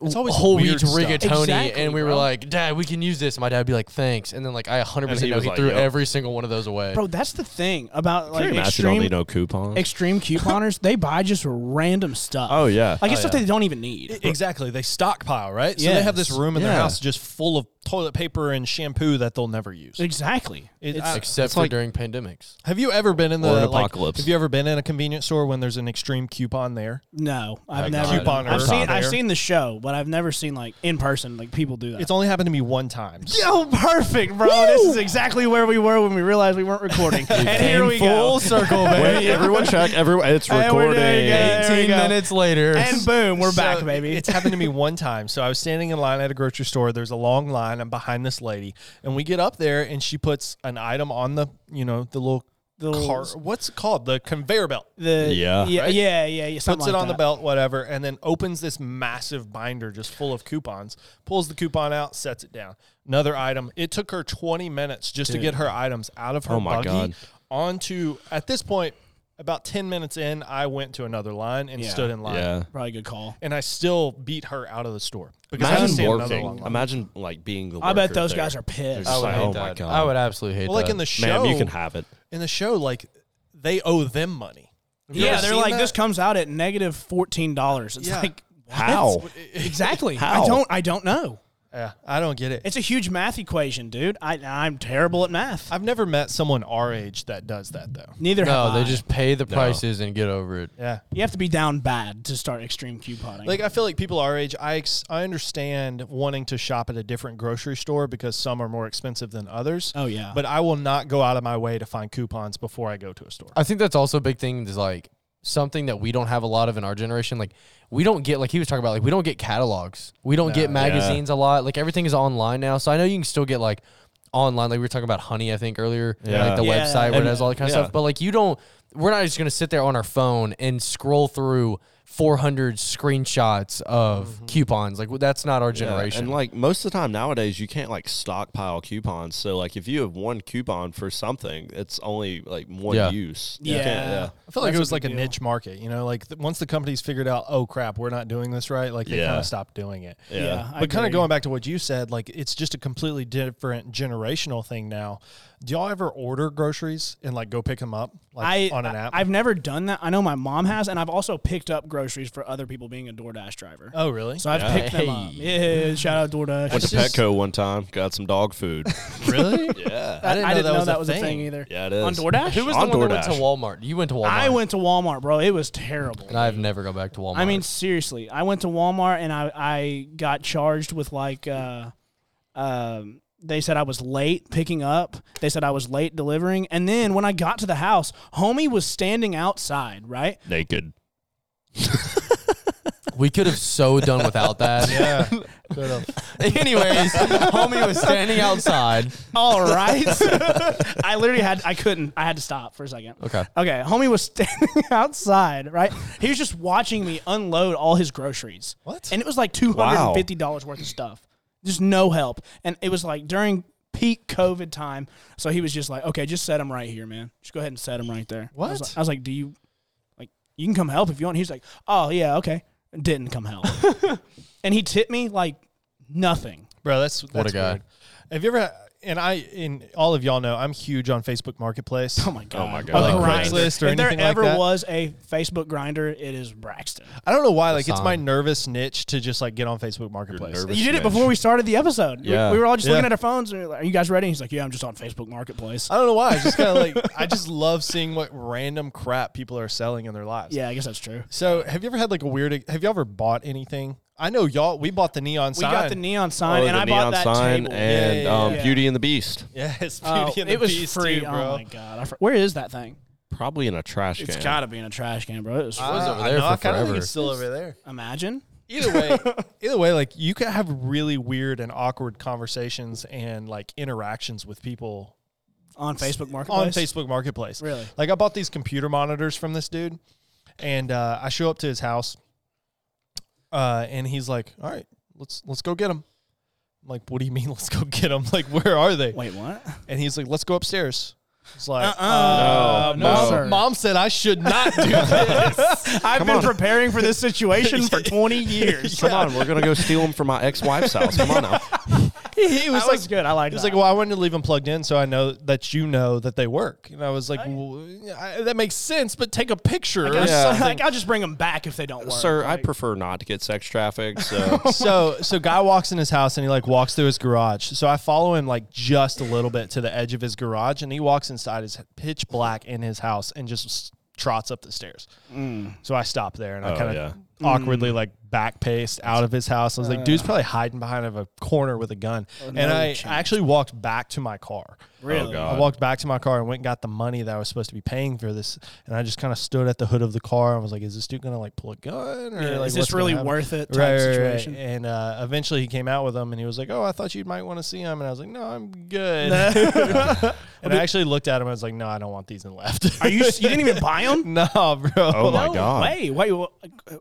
Speaker 3: It's always
Speaker 4: whole wheat
Speaker 3: weird stuff.
Speaker 4: rigatoni,
Speaker 1: Exactly,
Speaker 4: and we were
Speaker 1: bro.
Speaker 4: like, "Dad, we can use this." And my dad would be like, "Thanks," and then like I 100
Speaker 2: And
Speaker 4: percent
Speaker 2: he
Speaker 4: know
Speaker 2: was
Speaker 4: he
Speaker 2: like,
Speaker 4: threw
Speaker 2: "Yup."
Speaker 4: every single one of those away.
Speaker 1: bro. That's the thing about
Speaker 2: Can
Speaker 1: like
Speaker 2: you imagine you don't
Speaker 1: extreme
Speaker 2: need no coupon?
Speaker 1: extreme couponers. they buy just random stuff.
Speaker 2: Oh, yeah.
Speaker 1: like it's
Speaker 2: Oh,
Speaker 1: stuff
Speaker 2: yeah.
Speaker 1: they don't even need.
Speaker 3: E, Exactly. They stockpile, right? So they have this
Speaker 1: Yes.
Speaker 3: room in their
Speaker 2: Yeah.
Speaker 3: house just full of toilet paper and shampoo that they'll never use.
Speaker 1: Exactly.
Speaker 3: It-
Speaker 1: It's-
Speaker 3: I-
Speaker 4: Except
Speaker 2: it's
Speaker 4: for
Speaker 2: like-
Speaker 4: during pandemics.
Speaker 3: have you ever been in the
Speaker 2: Or an
Speaker 3: like,
Speaker 2: apocalypse.
Speaker 3: have you ever been in a convenience store when there's an extreme coupon there?
Speaker 1: no, I've
Speaker 2: Like
Speaker 1: never.
Speaker 3: couponer
Speaker 1: I've seen.
Speaker 3: there.
Speaker 1: I've seen the show, but I've never seen like in person. Like people do that.
Speaker 3: It's only happened to me one time.
Speaker 1: Yo, perfect, bro. This is exactly where we were when we realized we weren't recording. and here we go.
Speaker 3: circle,
Speaker 2: Wait, everyone check. Everyone, it's
Speaker 1: Hey, we're doing
Speaker 2: recording.
Speaker 1: good. There we
Speaker 4: 18
Speaker 1: go.
Speaker 4: minutes later,
Speaker 1: And boom, we're
Speaker 3: So,
Speaker 1: back, baby.
Speaker 3: It's happened to me one time. So I was standing in line at a grocery store. There's a long line. I'm behind this lady, and we get up there, and she puts an item on the, you know, the little
Speaker 1: The little-
Speaker 3: car. What's it called? The conveyor belt.
Speaker 1: the
Speaker 2: Yeah.
Speaker 1: yeah,
Speaker 3: Right?
Speaker 1: yeah, yeah, yeah. something
Speaker 3: Puts it
Speaker 1: like
Speaker 3: on the
Speaker 1: that.
Speaker 3: belt, whatever, and then opens this massive binder just full of coupons. Pulls the coupon out, sets it down. Another item. It took her 20 minutes just to get her items out of her
Speaker 2: Oh my
Speaker 3: buggy
Speaker 2: God.
Speaker 3: onto. At this point, about 10 minutes in, I went to another line and
Speaker 1: Yeah.
Speaker 3: stood in line.
Speaker 2: Yeah.
Speaker 1: Probably a good call.
Speaker 3: and I still beat her out of the store because I
Speaker 2: Imagine
Speaker 3: understand another
Speaker 2: working.
Speaker 3: long line.
Speaker 2: Imagine like being the.
Speaker 1: I bet
Speaker 2: worker
Speaker 1: those
Speaker 2: there.
Speaker 1: guys are pissed.
Speaker 2: They're
Speaker 4: I
Speaker 2: just
Speaker 4: would
Speaker 2: like,
Speaker 4: hate
Speaker 2: oh my
Speaker 4: that.
Speaker 2: god.
Speaker 4: I would absolutely hate
Speaker 3: Well, like
Speaker 4: that.
Speaker 3: in the show,
Speaker 2: Ma'am, you can have it.
Speaker 3: in the show, like they owe them money. Have you
Speaker 1: Yeah,
Speaker 3: ever
Speaker 1: they're
Speaker 3: seen
Speaker 1: like
Speaker 3: that?
Speaker 1: this comes out at negative fourteen dollars. It's
Speaker 3: Yeah.
Speaker 1: like what?
Speaker 2: How?
Speaker 1: Exactly. I
Speaker 2: How?
Speaker 1: don't. I don't know.
Speaker 3: Yeah, I don't get it.
Speaker 1: It's a huge math equation, dude. I, I'm terrible at math.
Speaker 3: I've never met someone our age that does that though.
Speaker 1: Neither have
Speaker 4: no,
Speaker 1: I.
Speaker 4: they just pay the prices and get over it.
Speaker 3: Yeah.
Speaker 1: You have to be down bad to start extreme couponing.
Speaker 3: Like I feel like people our age, I ex- I understand wanting to shop at a different grocery store because some are more expensive than others.
Speaker 1: Oh, yeah.
Speaker 3: but I will not go out of my way to find coupons before I go to a store.
Speaker 4: I think that's also a big thing is like something that we don't have a lot of in our generation. Like we don't get like he was talking about like we don't get catalogs. We don't get magazines a lot. Like everything is online now. So I know you can still get like online. Like we were talking about honey, I think earlier.
Speaker 2: Yeah.
Speaker 4: Like the
Speaker 1: Yeah.
Speaker 4: website where it
Speaker 2: And-
Speaker 4: has all that kind of
Speaker 2: yeah.
Speaker 4: stuff. But like you don't we're not just gonna sit there on our phone and scroll through 400 screenshots of coupons. Like, well, that's not our
Speaker 2: Mm-hmm. Yeah,
Speaker 4: generation.
Speaker 2: and like most of the time nowadays, you can't like stockpile coupons. So like if you have one coupon for something, it's only like one
Speaker 4: Yeah.
Speaker 2: use. You
Speaker 1: Yeah.
Speaker 2: can't- yeah.
Speaker 3: I feel like
Speaker 1: That's
Speaker 3: it was
Speaker 1: a
Speaker 3: like
Speaker 1: big
Speaker 3: a
Speaker 1: deal.
Speaker 3: niche market, you know. Like th- once the companies figured out, oh crap, we're not doing this right. Like they
Speaker 2: Yeah.
Speaker 3: kind of stopped doing it.
Speaker 2: Yeah.
Speaker 1: I
Speaker 3: but kind of
Speaker 1: agree.
Speaker 3: going back to what you said, like it's just a completely different generational thing now. Do y'all ever order groceries and like go pick them up like
Speaker 1: I,
Speaker 3: on an app?
Speaker 1: I, have never done that. I know my mom has, and I've also picked up groceries for other people being a DoorDash driver.
Speaker 3: oh really?
Speaker 1: so I've picked them up. Yeah, shout out DoorDash.
Speaker 2: Went to
Speaker 3: just-
Speaker 2: Petco one time, got some dog food.
Speaker 3: really?
Speaker 2: yeah.
Speaker 3: I didn't know that was a
Speaker 1: a
Speaker 3: thing.
Speaker 1: thing either.
Speaker 2: Yeah, it is.
Speaker 1: On DoorDash?
Speaker 4: Who was
Speaker 2: on
Speaker 4: the one that
Speaker 2: DoorDash.
Speaker 4: went to Walmart? You went to Walmart.
Speaker 1: I went to Walmart, bro. It was terrible.
Speaker 4: and I've never go back to Walmart.
Speaker 1: I mean, seriously, I went to Walmart and I, I got charged with like, uh, um, they said I was late picking up. They said I was late delivering. And then when I got to the house, homie was standing outside, right?
Speaker 2: Naked.
Speaker 4: we could have so done without that.
Speaker 3: yeah. Could have.
Speaker 4: Anyways, homie was standing outside.
Speaker 1: All right. I literally had, I couldn't, I had to stop for a second.
Speaker 4: Okay.
Speaker 1: Okay. Homie was standing outside, right? He was just watching me unload all his groceries.
Speaker 3: What?
Speaker 1: And it was like $250 worth of stuff. Just no help. And it was like during peak COVID time. So he was just like, okay, just set him right here, man. Just go ahead and set him right there. I was
Speaker 3: What?
Speaker 1: like, I was like do you, like, you can come help if you want. He's like, oh, yeah, okay. Didn't come help. and he tipped me like nothing.
Speaker 3: Bro, that's that's
Speaker 4: a guy.
Speaker 3: weird. Have you ever? And I, and all of y'all know, I'm huge on Facebook Marketplace.
Speaker 1: Oh my god!
Speaker 2: my God.
Speaker 1: A
Speaker 2: Like
Speaker 1: grinder.
Speaker 3: Craigslist or
Speaker 1: if there
Speaker 3: anything like
Speaker 1: ever
Speaker 3: that?
Speaker 1: was a Facebook grinder, it is Braxton.
Speaker 3: I don't know why. Like it's
Speaker 4: song.
Speaker 3: my nervous niche to just like get on Facebook Marketplace.
Speaker 2: nervous.
Speaker 1: you did it
Speaker 2: Smash.
Speaker 1: before we started the episode. We-
Speaker 2: Yeah.
Speaker 1: We, were all just
Speaker 3: Yeah.
Speaker 1: looking at our phones. And we were like, Are you guys ready? He's like, Yeah, I'm just on Facebook Marketplace.
Speaker 3: I don't know why. I just kind of like I just love seeing what random crap people are selling in their lives.
Speaker 1: yeah, I guess that's true.
Speaker 3: So have you ever had like a weird? Have you ever bought anything? I know y'all. We bought the neon
Speaker 1: We
Speaker 3: sign.
Speaker 1: got the neon sign,
Speaker 2: Oh,
Speaker 1: and
Speaker 2: the
Speaker 1: I
Speaker 2: neon
Speaker 1: bought that
Speaker 2: sign
Speaker 1: table.
Speaker 2: and
Speaker 3: Yeah, yeah,
Speaker 2: um,
Speaker 1: yeah.
Speaker 2: Beauty and the Beast.
Speaker 3: Yes, Beauty
Speaker 1: Oh,
Speaker 3: and the
Speaker 1: it was
Speaker 3: Beast
Speaker 1: free.
Speaker 3: too,
Speaker 1: oh
Speaker 3: bro.
Speaker 1: my god! I fr- Where is that thing? Uh,
Speaker 2: Probably in a trash
Speaker 1: It's
Speaker 2: can.
Speaker 1: got to be in a trash can, bro. It was
Speaker 3: I-
Speaker 1: free.
Speaker 4: was over
Speaker 3: I
Speaker 4: there
Speaker 3: know,
Speaker 4: for
Speaker 3: I kinda
Speaker 4: forever.
Speaker 3: Think it's still over there.
Speaker 1: Imagine.
Speaker 3: Either way, either way, like you could have really weird and awkward conversations and like interactions with people
Speaker 1: On Facebook Marketplace.
Speaker 3: on Facebook Marketplace.
Speaker 1: Really?
Speaker 3: Like I bought these computer monitors from this dude, and uh, I show up to his house, uh, and he's like, "All right, let's let's go get them." I'm like, "What do you mean? Let's go get them? Like, where are they?"
Speaker 1: Wait, what?
Speaker 3: And he's like, "Let's go upstairs." It's like,
Speaker 1: Uh-uh.
Speaker 3: uh,
Speaker 2: No, no,
Speaker 3: mom,
Speaker 1: sir.
Speaker 3: mom said I should not do this.
Speaker 1: I've been
Speaker 2: on.
Speaker 1: preparing for this situation for 20 years.
Speaker 2: Come on, we're gonna go steal them from my ex-wife's house. Come on now.
Speaker 3: he was
Speaker 1: That
Speaker 3: like,
Speaker 1: was good. I liked
Speaker 3: He was
Speaker 1: that.
Speaker 3: like, "Well, I wanted to leave them plugged in, so I know that you know that they work." And I was like, well, I, "That makes sense, but take a picture." or
Speaker 1: There's
Speaker 2: Yeah.
Speaker 1: something-
Speaker 3: something."
Speaker 1: like, I'll just bring them back if they don't work.
Speaker 2: Sir, I
Speaker 1: Like,
Speaker 2: prefer not to get sex trafficked. So
Speaker 3: so so guy walks in his house and he like walks through his garage. So I follow him like just a little bit to the edge of his garage, and he walks inside his pitch black in his house and just s- trots up the stairs. So I stop there and I
Speaker 2: Oh,
Speaker 3: kind of
Speaker 2: yeah.
Speaker 3: awkwardly like back paced out of his house. I was like, dude's probably hiding behind of a corner with a gun. and I
Speaker 1: chance.
Speaker 3: actually walked back to my car.
Speaker 1: Really?
Speaker 2: Oh, God.
Speaker 3: I walked back to my car and went and got the money that I was supposed to be paying for this. And I just kind of stood at the hood of the car and was like, is this dude going to like pull a gun? Or
Speaker 1: Yeah,
Speaker 3: like,
Speaker 1: is
Speaker 3: what's
Speaker 1: this
Speaker 3: gonna
Speaker 1: really
Speaker 3: happen?"
Speaker 1: worth it? Type
Speaker 3: Right, right,
Speaker 1: situation.
Speaker 3: Right. And uh, eventually he came out with them and he was like, oh, I thought you might want to see him. And I was like, no, I'm good. and I actually looked at him and I was like, no, I don't want these and left.
Speaker 1: Are you? You didn't even buy them?
Speaker 3: no, bro.
Speaker 2: Oh my
Speaker 1: no
Speaker 2: god.
Speaker 1: Way. Wait. wha- uh,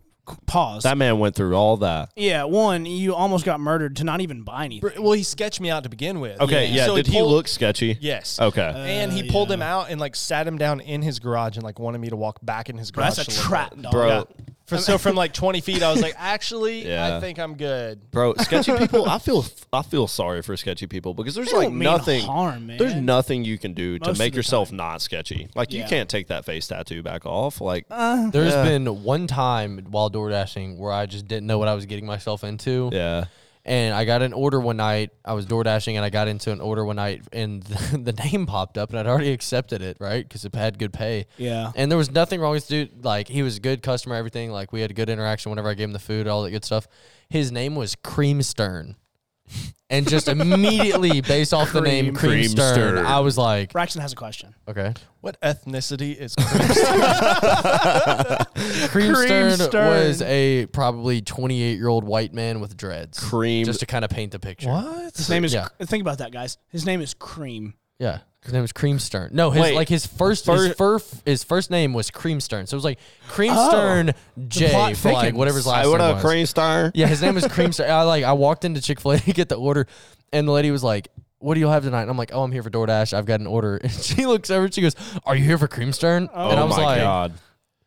Speaker 1: Pause.
Speaker 2: That man went through all that.
Speaker 1: yeah. One, you almost got murdered to not even buy anything.
Speaker 3: Well, he sketched me out to begin with.
Speaker 2: Okay, yeah.
Speaker 3: So
Speaker 2: Did he
Speaker 3: pulled-
Speaker 2: look sketchy?
Speaker 3: Yes.
Speaker 2: Okay.
Speaker 1: Uh,
Speaker 3: and he pulled him out and like sat him down in his garage and like wanted me to walk back in his
Speaker 1: Bro,
Speaker 3: garage.
Speaker 1: that's a
Speaker 3: to look
Speaker 1: trap,
Speaker 3: at it.
Speaker 1: dog.
Speaker 2: Bro,
Speaker 3: Yeah. For, so from like 20 feet, I was like, actually, I
Speaker 2: Yeah.
Speaker 3: think I'm good.
Speaker 2: Bro, sketchy people. I feel I feel sorry for sketchy people because there's
Speaker 1: They
Speaker 2: like
Speaker 1: don't mean
Speaker 2: nothing.
Speaker 1: harm, man.
Speaker 2: There's nothing you can do
Speaker 1: Most
Speaker 2: to
Speaker 1: of
Speaker 2: make
Speaker 1: the
Speaker 2: yourself not sketchy. Like you
Speaker 1: Yeah. Oh.
Speaker 2: can't take that face tattoo back off. Like
Speaker 1: Uh,
Speaker 4: There's been one time while door dashing where I just didn't know what I was getting myself into.
Speaker 2: yeah.
Speaker 4: And I got an order one night. I was door dashing and I got into an order one night and the, name popped up and I'd already accepted it, right? Because it had good pay.
Speaker 1: Yeah.
Speaker 4: And there was nothing wrong with the dude. Like, he was a good customer, everything. Like, we had a good interaction whenever I gave him the food, all that good stuff. His name was Cream Stern. And just immediately, based off the name Cream,
Speaker 2: Cream
Speaker 4: Stern,
Speaker 2: Stern.
Speaker 4: I was like,
Speaker 1: Braxton has a question.
Speaker 4: okay.
Speaker 3: What ethnicity is
Speaker 4: Cream,
Speaker 1: Cream
Speaker 4: Stern,
Speaker 1: Stern.
Speaker 4: was a probably 28 year old white man with dreads.
Speaker 2: Cream-
Speaker 4: Just to kind of paint the picture.
Speaker 3: What?
Speaker 1: His name is.
Speaker 4: Yeah.
Speaker 1: Think about that, guys. His name is Cream.
Speaker 4: Yeah. His name was Creamstern. No, his
Speaker 2: Wait.
Speaker 4: like his first his, fir- his first name was Creamstern. So it was like Creamstern J
Speaker 1: plot
Speaker 4: for like
Speaker 1: thickens.
Speaker 4: whatever his last
Speaker 2: I would
Speaker 4: name
Speaker 2: have
Speaker 4: was.
Speaker 2: cream star.
Speaker 4: Yeah, his name was Creamstone. I like I walked into Chick Fil A to get the order, and the lady was like, "What do you have tonight?" And I'm like, "Oh, I'm here for DoorDash. I've got an order." And she looks over, and she goes, "Are you here for Creamstone?"
Speaker 1: Oh.
Speaker 4: and I
Speaker 2: Oh
Speaker 4: was
Speaker 2: my
Speaker 4: like,
Speaker 2: god.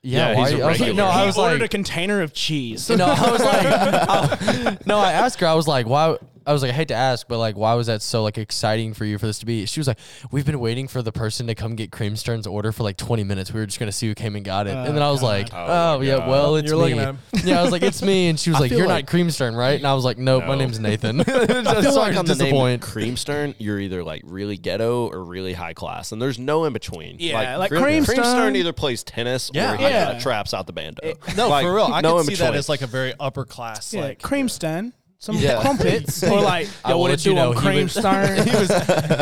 Speaker 4: "Yeah,
Speaker 2: Yeah,
Speaker 4: why
Speaker 2: he's
Speaker 4: are you-"
Speaker 2: a
Speaker 4: I was like,
Speaker 2: regular.
Speaker 4: "No, I
Speaker 1: he
Speaker 4: was
Speaker 1: ordered
Speaker 4: like,
Speaker 1: a container of cheese.
Speaker 4: no, I was like, I- no, I asked her. I was like, why? I was like, I hate to ask, but like, why was that so like exciting for you for this to be? She was like, we've been waiting for the person to come get Creamstern's order for like 20 minutes. We were just gonna see who came and got it. and then I was like, oh,
Speaker 2: Oh, my
Speaker 4: yeah,
Speaker 2: God.
Speaker 4: well, it's
Speaker 3: You're
Speaker 4: me.
Speaker 3: looking at him.
Speaker 4: Yeah, I was like, it's me. And she was like,
Speaker 2: feel
Speaker 4: you're
Speaker 2: like-
Speaker 4: not Creamstern, right? And I was like, nope,
Speaker 2: No.
Speaker 4: my name's Nathan.
Speaker 2: I feel
Speaker 4: Sorry
Speaker 2: like
Speaker 4: to
Speaker 2: on the name
Speaker 4: disappoint.
Speaker 2: Creamstern, you're either like really ghetto or really high class, and there's no in between.
Speaker 1: Yeah, like
Speaker 2: Cream-
Speaker 1: Creamstone-
Speaker 2: Creamstone either plays tennis
Speaker 3: Yeah.
Speaker 2: or he, uh,
Speaker 1: Yeah.
Speaker 2: traps out the bando.
Speaker 3: No,
Speaker 2: Like,
Speaker 3: for real. I
Speaker 2: no
Speaker 3: can
Speaker 2: in
Speaker 3: see that
Speaker 2: between.
Speaker 3: as like a very upper class.
Speaker 1: yeah,
Speaker 3: Like
Speaker 1: Creamstone, some
Speaker 2: Yeah.
Speaker 1: crumpets, or like,
Speaker 4: I
Speaker 1: yo,
Speaker 4: will
Speaker 1: what
Speaker 4: let
Speaker 1: it
Speaker 4: you
Speaker 1: do on
Speaker 4: know, he was-
Speaker 1: Creamstone?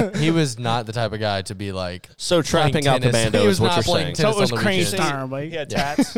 Speaker 4: he was he was not the type of guy to be like
Speaker 2: so trapping out the
Speaker 4: tennis.
Speaker 2: bando
Speaker 4: He was
Speaker 2: is what
Speaker 4: not
Speaker 2: you're saying.
Speaker 4: playing
Speaker 1: So
Speaker 4: tennis.
Speaker 1: it was
Speaker 4: on the weekends.
Speaker 1: Creamstone, but
Speaker 3: he had tats.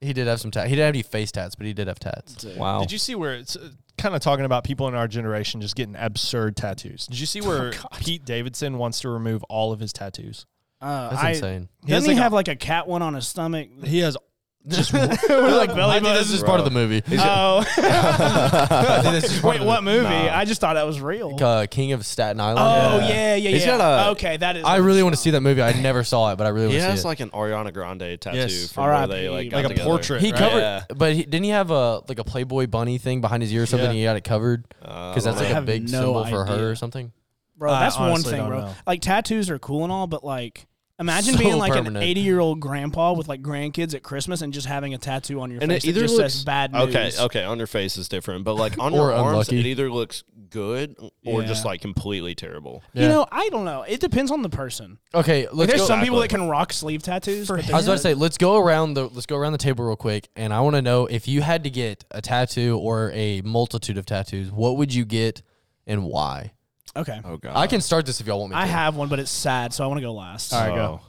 Speaker 4: he did have some tats. He didn't have any face tats, but he did have tats.
Speaker 2: Wow.
Speaker 3: Did you see where it's kind of talking about people in our generation just getting absurd tattoos? Did you see where Pete Davidson wants to remove all of his tattoos?
Speaker 1: Uh,
Speaker 4: That's
Speaker 1: I-
Speaker 4: insane.
Speaker 3: He has
Speaker 1: Doesn't he
Speaker 3: like a-
Speaker 1: have like a cat one on his stomach?
Speaker 3: He has
Speaker 1: like belly
Speaker 4: I think
Speaker 1: button.
Speaker 4: this is part of the movie. Uh,
Speaker 1: Oh,
Speaker 4: I think this is part
Speaker 1: wait,
Speaker 4: of
Speaker 1: what movie?
Speaker 2: Nah.
Speaker 1: I just thought that was real.
Speaker 4: the- uh, King of Staten Island.
Speaker 1: Oh yeah, yeah, yeah.
Speaker 2: He's
Speaker 1: yeah.
Speaker 2: got a-
Speaker 1: okay, that is.
Speaker 4: I really want to see that movie. I never saw it, but I really
Speaker 2: He
Speaker 4: want to
Speaker 2: has
Speaker 4: see
Speaker 2: like an Ariana Grande tattoo
Speaker 3: Yes.
Speaker 2: from where
Speaker 1: R.I.P.,
Speaker 2: they like got
Speaker 3: like a
Speaker 2: together.
Speaker 3: portrait.
Speaker 4: it. He
Speaker 3: right?
Speaker 4: covered,
Speaker 2: Yeah.
Speaker 4: but he, didn't he have a like a Playboy bunny thing behind his ear or something?
Speaker 3: Yeah.
Speaker 4: He had it covered
Speaker 2: Uh,
Speaker 4: because that's
Speaker 1: I
Speaker 4: like a
Speaker 1: have
Speaker 4: big
Speaker 1: no
Speaker 4: symbol for
Speaker 1: idea.
Speaker 4: her or something.
Speaker 1: bro.
Speaker 3: I
Speaker 1: That's one
Speaker 3: honestly
Speaker 1: thing,
Speaker 3: don't
Speaker 1: bro.
Speaker 3: know.
Speaker 1: Like tattoos are cool and all, but like. Imagine
Speaker 4: So
Speaker 1: being like an
Speaker 4: permanent.
Speaker 1: 80 year old grandpa with like grandkids at Christmas and just having a tattoo on your
Speaker 2: and
Speaker 1: face
Speaker 2: it
Speaker 1: that
Speaker 2: either
Speaker 1: just
Speaker 2: looks
Speaker 1: says bad news.
Speaker 2: Okay, okay, on your face is different, but like on
Speaker 4: Or
Speaker 2: your arms,
Speaker 4: unlucky.
Speaker 2: it either looks good or just
Speaker 1: Yeah.
Speaker 2: like completely terrible.
Speaker 1: You
Speaker 3: Yeah.
Speaker 1: know, I don't know. It depends on the person.
Speaker 4: Okay, let's
Speaker 1: There's
Speaker 4: go.
Speaker 1: some people that
Speaker 2: Exactly.
Speaker 1: can rock sleeve tattoos. But
Speaker 4: I was about to say, let's go around the let's go around the table real quick, and I want to know if you had to get a tattoo or a multitude of tattoos, what would you get and why?
Speaker 1: okay,
Speaker 2: Oh god,
Speaker 4: I can start this if y'all want me.
Speaker 1: I
Speaker 4: to.
Speaker 1: have one, but it's sad, so I want to go last.
Speaker 3: All right, go.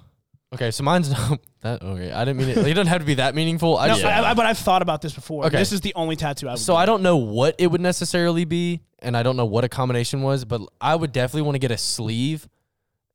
Speaker 4: Okay, so mine's not that. Okay, I didn't mean it. It doesn't have to be that meaningful. I
Speaker 1: No,
Speaker 4: just,
Speaker 1: I, I, but I've thought about this before.
Speaker 4: Okay.
Speaker 1: This is the only tattoo I would.
Speaker 4: so I don't know what it would necessarily be, and I don't know what a combination was, but I would definitely want to get a sleeve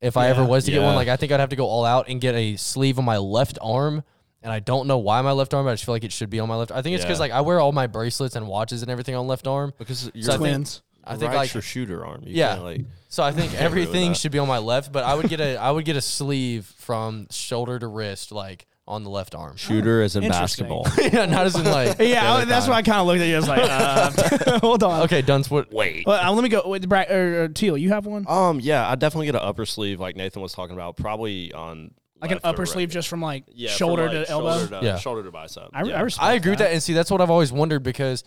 Speaker 4: if I ever
Speaker 1: Yeah.
Speaker 4: was to get one.
Speaker 2: Yeah.
Speaker 4: Like I think I'd have to go all out and get a sleeve on my left arm. And I don't know why my left arm, but I just feel like it should be on my left. I think it's because
Speaker 2: Yeah.
Speaker 4: like I wear all my bracelets and watches and everything on left arm.
Speaker 2: because you're
Speaker 4: So I think-
Speaker 1: twins.
Speaker 4: I think
Speaker 2: like
Speaker 4: like
Speaker 2: your shooter arm. You
Speaker 4: Yeah.
Speaker 2: can't, like
Speaker 4: so I think
Speaker 2: agree with
Speaker 4: everything
Speaker 2: that.
Speaker 4: should be on my left, but I would get a I would get a sleeve from shoulder to wrist, like on the left arm.
Speaker 2: shooter as in
Speaker 1: Interesting.
Speaker 2: basketball.
Speaker 4: yeah, not as in like the
Speaker 1: Yeah,
Speaker 4: other
Speaker 1: I, that's
Speaker 4: kind.
Speaker 1: why I kind of looked at you. I was like, uh, hold on.
Speaker 4: Um, Okay, Dunce. What?
Speaker 2: Wait.
Speaker 1: Well, uh, let me go. Wait, Bra- or, or Teal, you have one?
Speaker 2: Um. Yeah, I definitely get an upper sleeve, like Nathan was talking about. Probably on
Speaker 1: Like an
Speaker 2: left or
Speaker 1: upper
Speaker 2: right.
Speaker 1: sleeve, just from like
Speaker 2: yeah, from,
Speaker 1: shoulder
Speaker 2: like,
Speaker 1: to elbow.
Speaker 2: Shoulder to,
Speaker 4: Yeah.
Speaker 2: shoulder to bicep.
Speaker 1: I,
Speaker 2: yeah.
Speaker 1: I respect.
Speaker 4: I agree with that, and see that's what I've always wondered because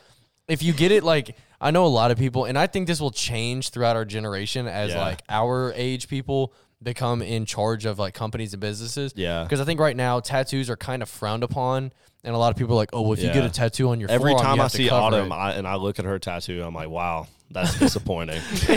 Speaker 4: if you get it, like I know a lot of people, and I think this will change throughout our generation as
Speaker 2: Yeah.
Speaker 4: like our age people become in charge of like companies and businesses.
Speaker 2: Yeah.
Speaker 4: because I think right now tattoos are kind of frowned upon, and a lot of people are like, oh, well, if you
Speaker 2: Yeah.
Speaker 4: get a tattoo on your
Speaker 2: Every
Speaker 4: forearm,
Speaker 2: time
Speaker 4: you
Speaker 2: I
Speaker 4: have to
Speaker 2: see
Speaker 4: cover
Speaker 2: Autumn
Speaker 4: it."
Speaker 2: I, and I look at her tattoo, I'm like, wow, that's disappointing.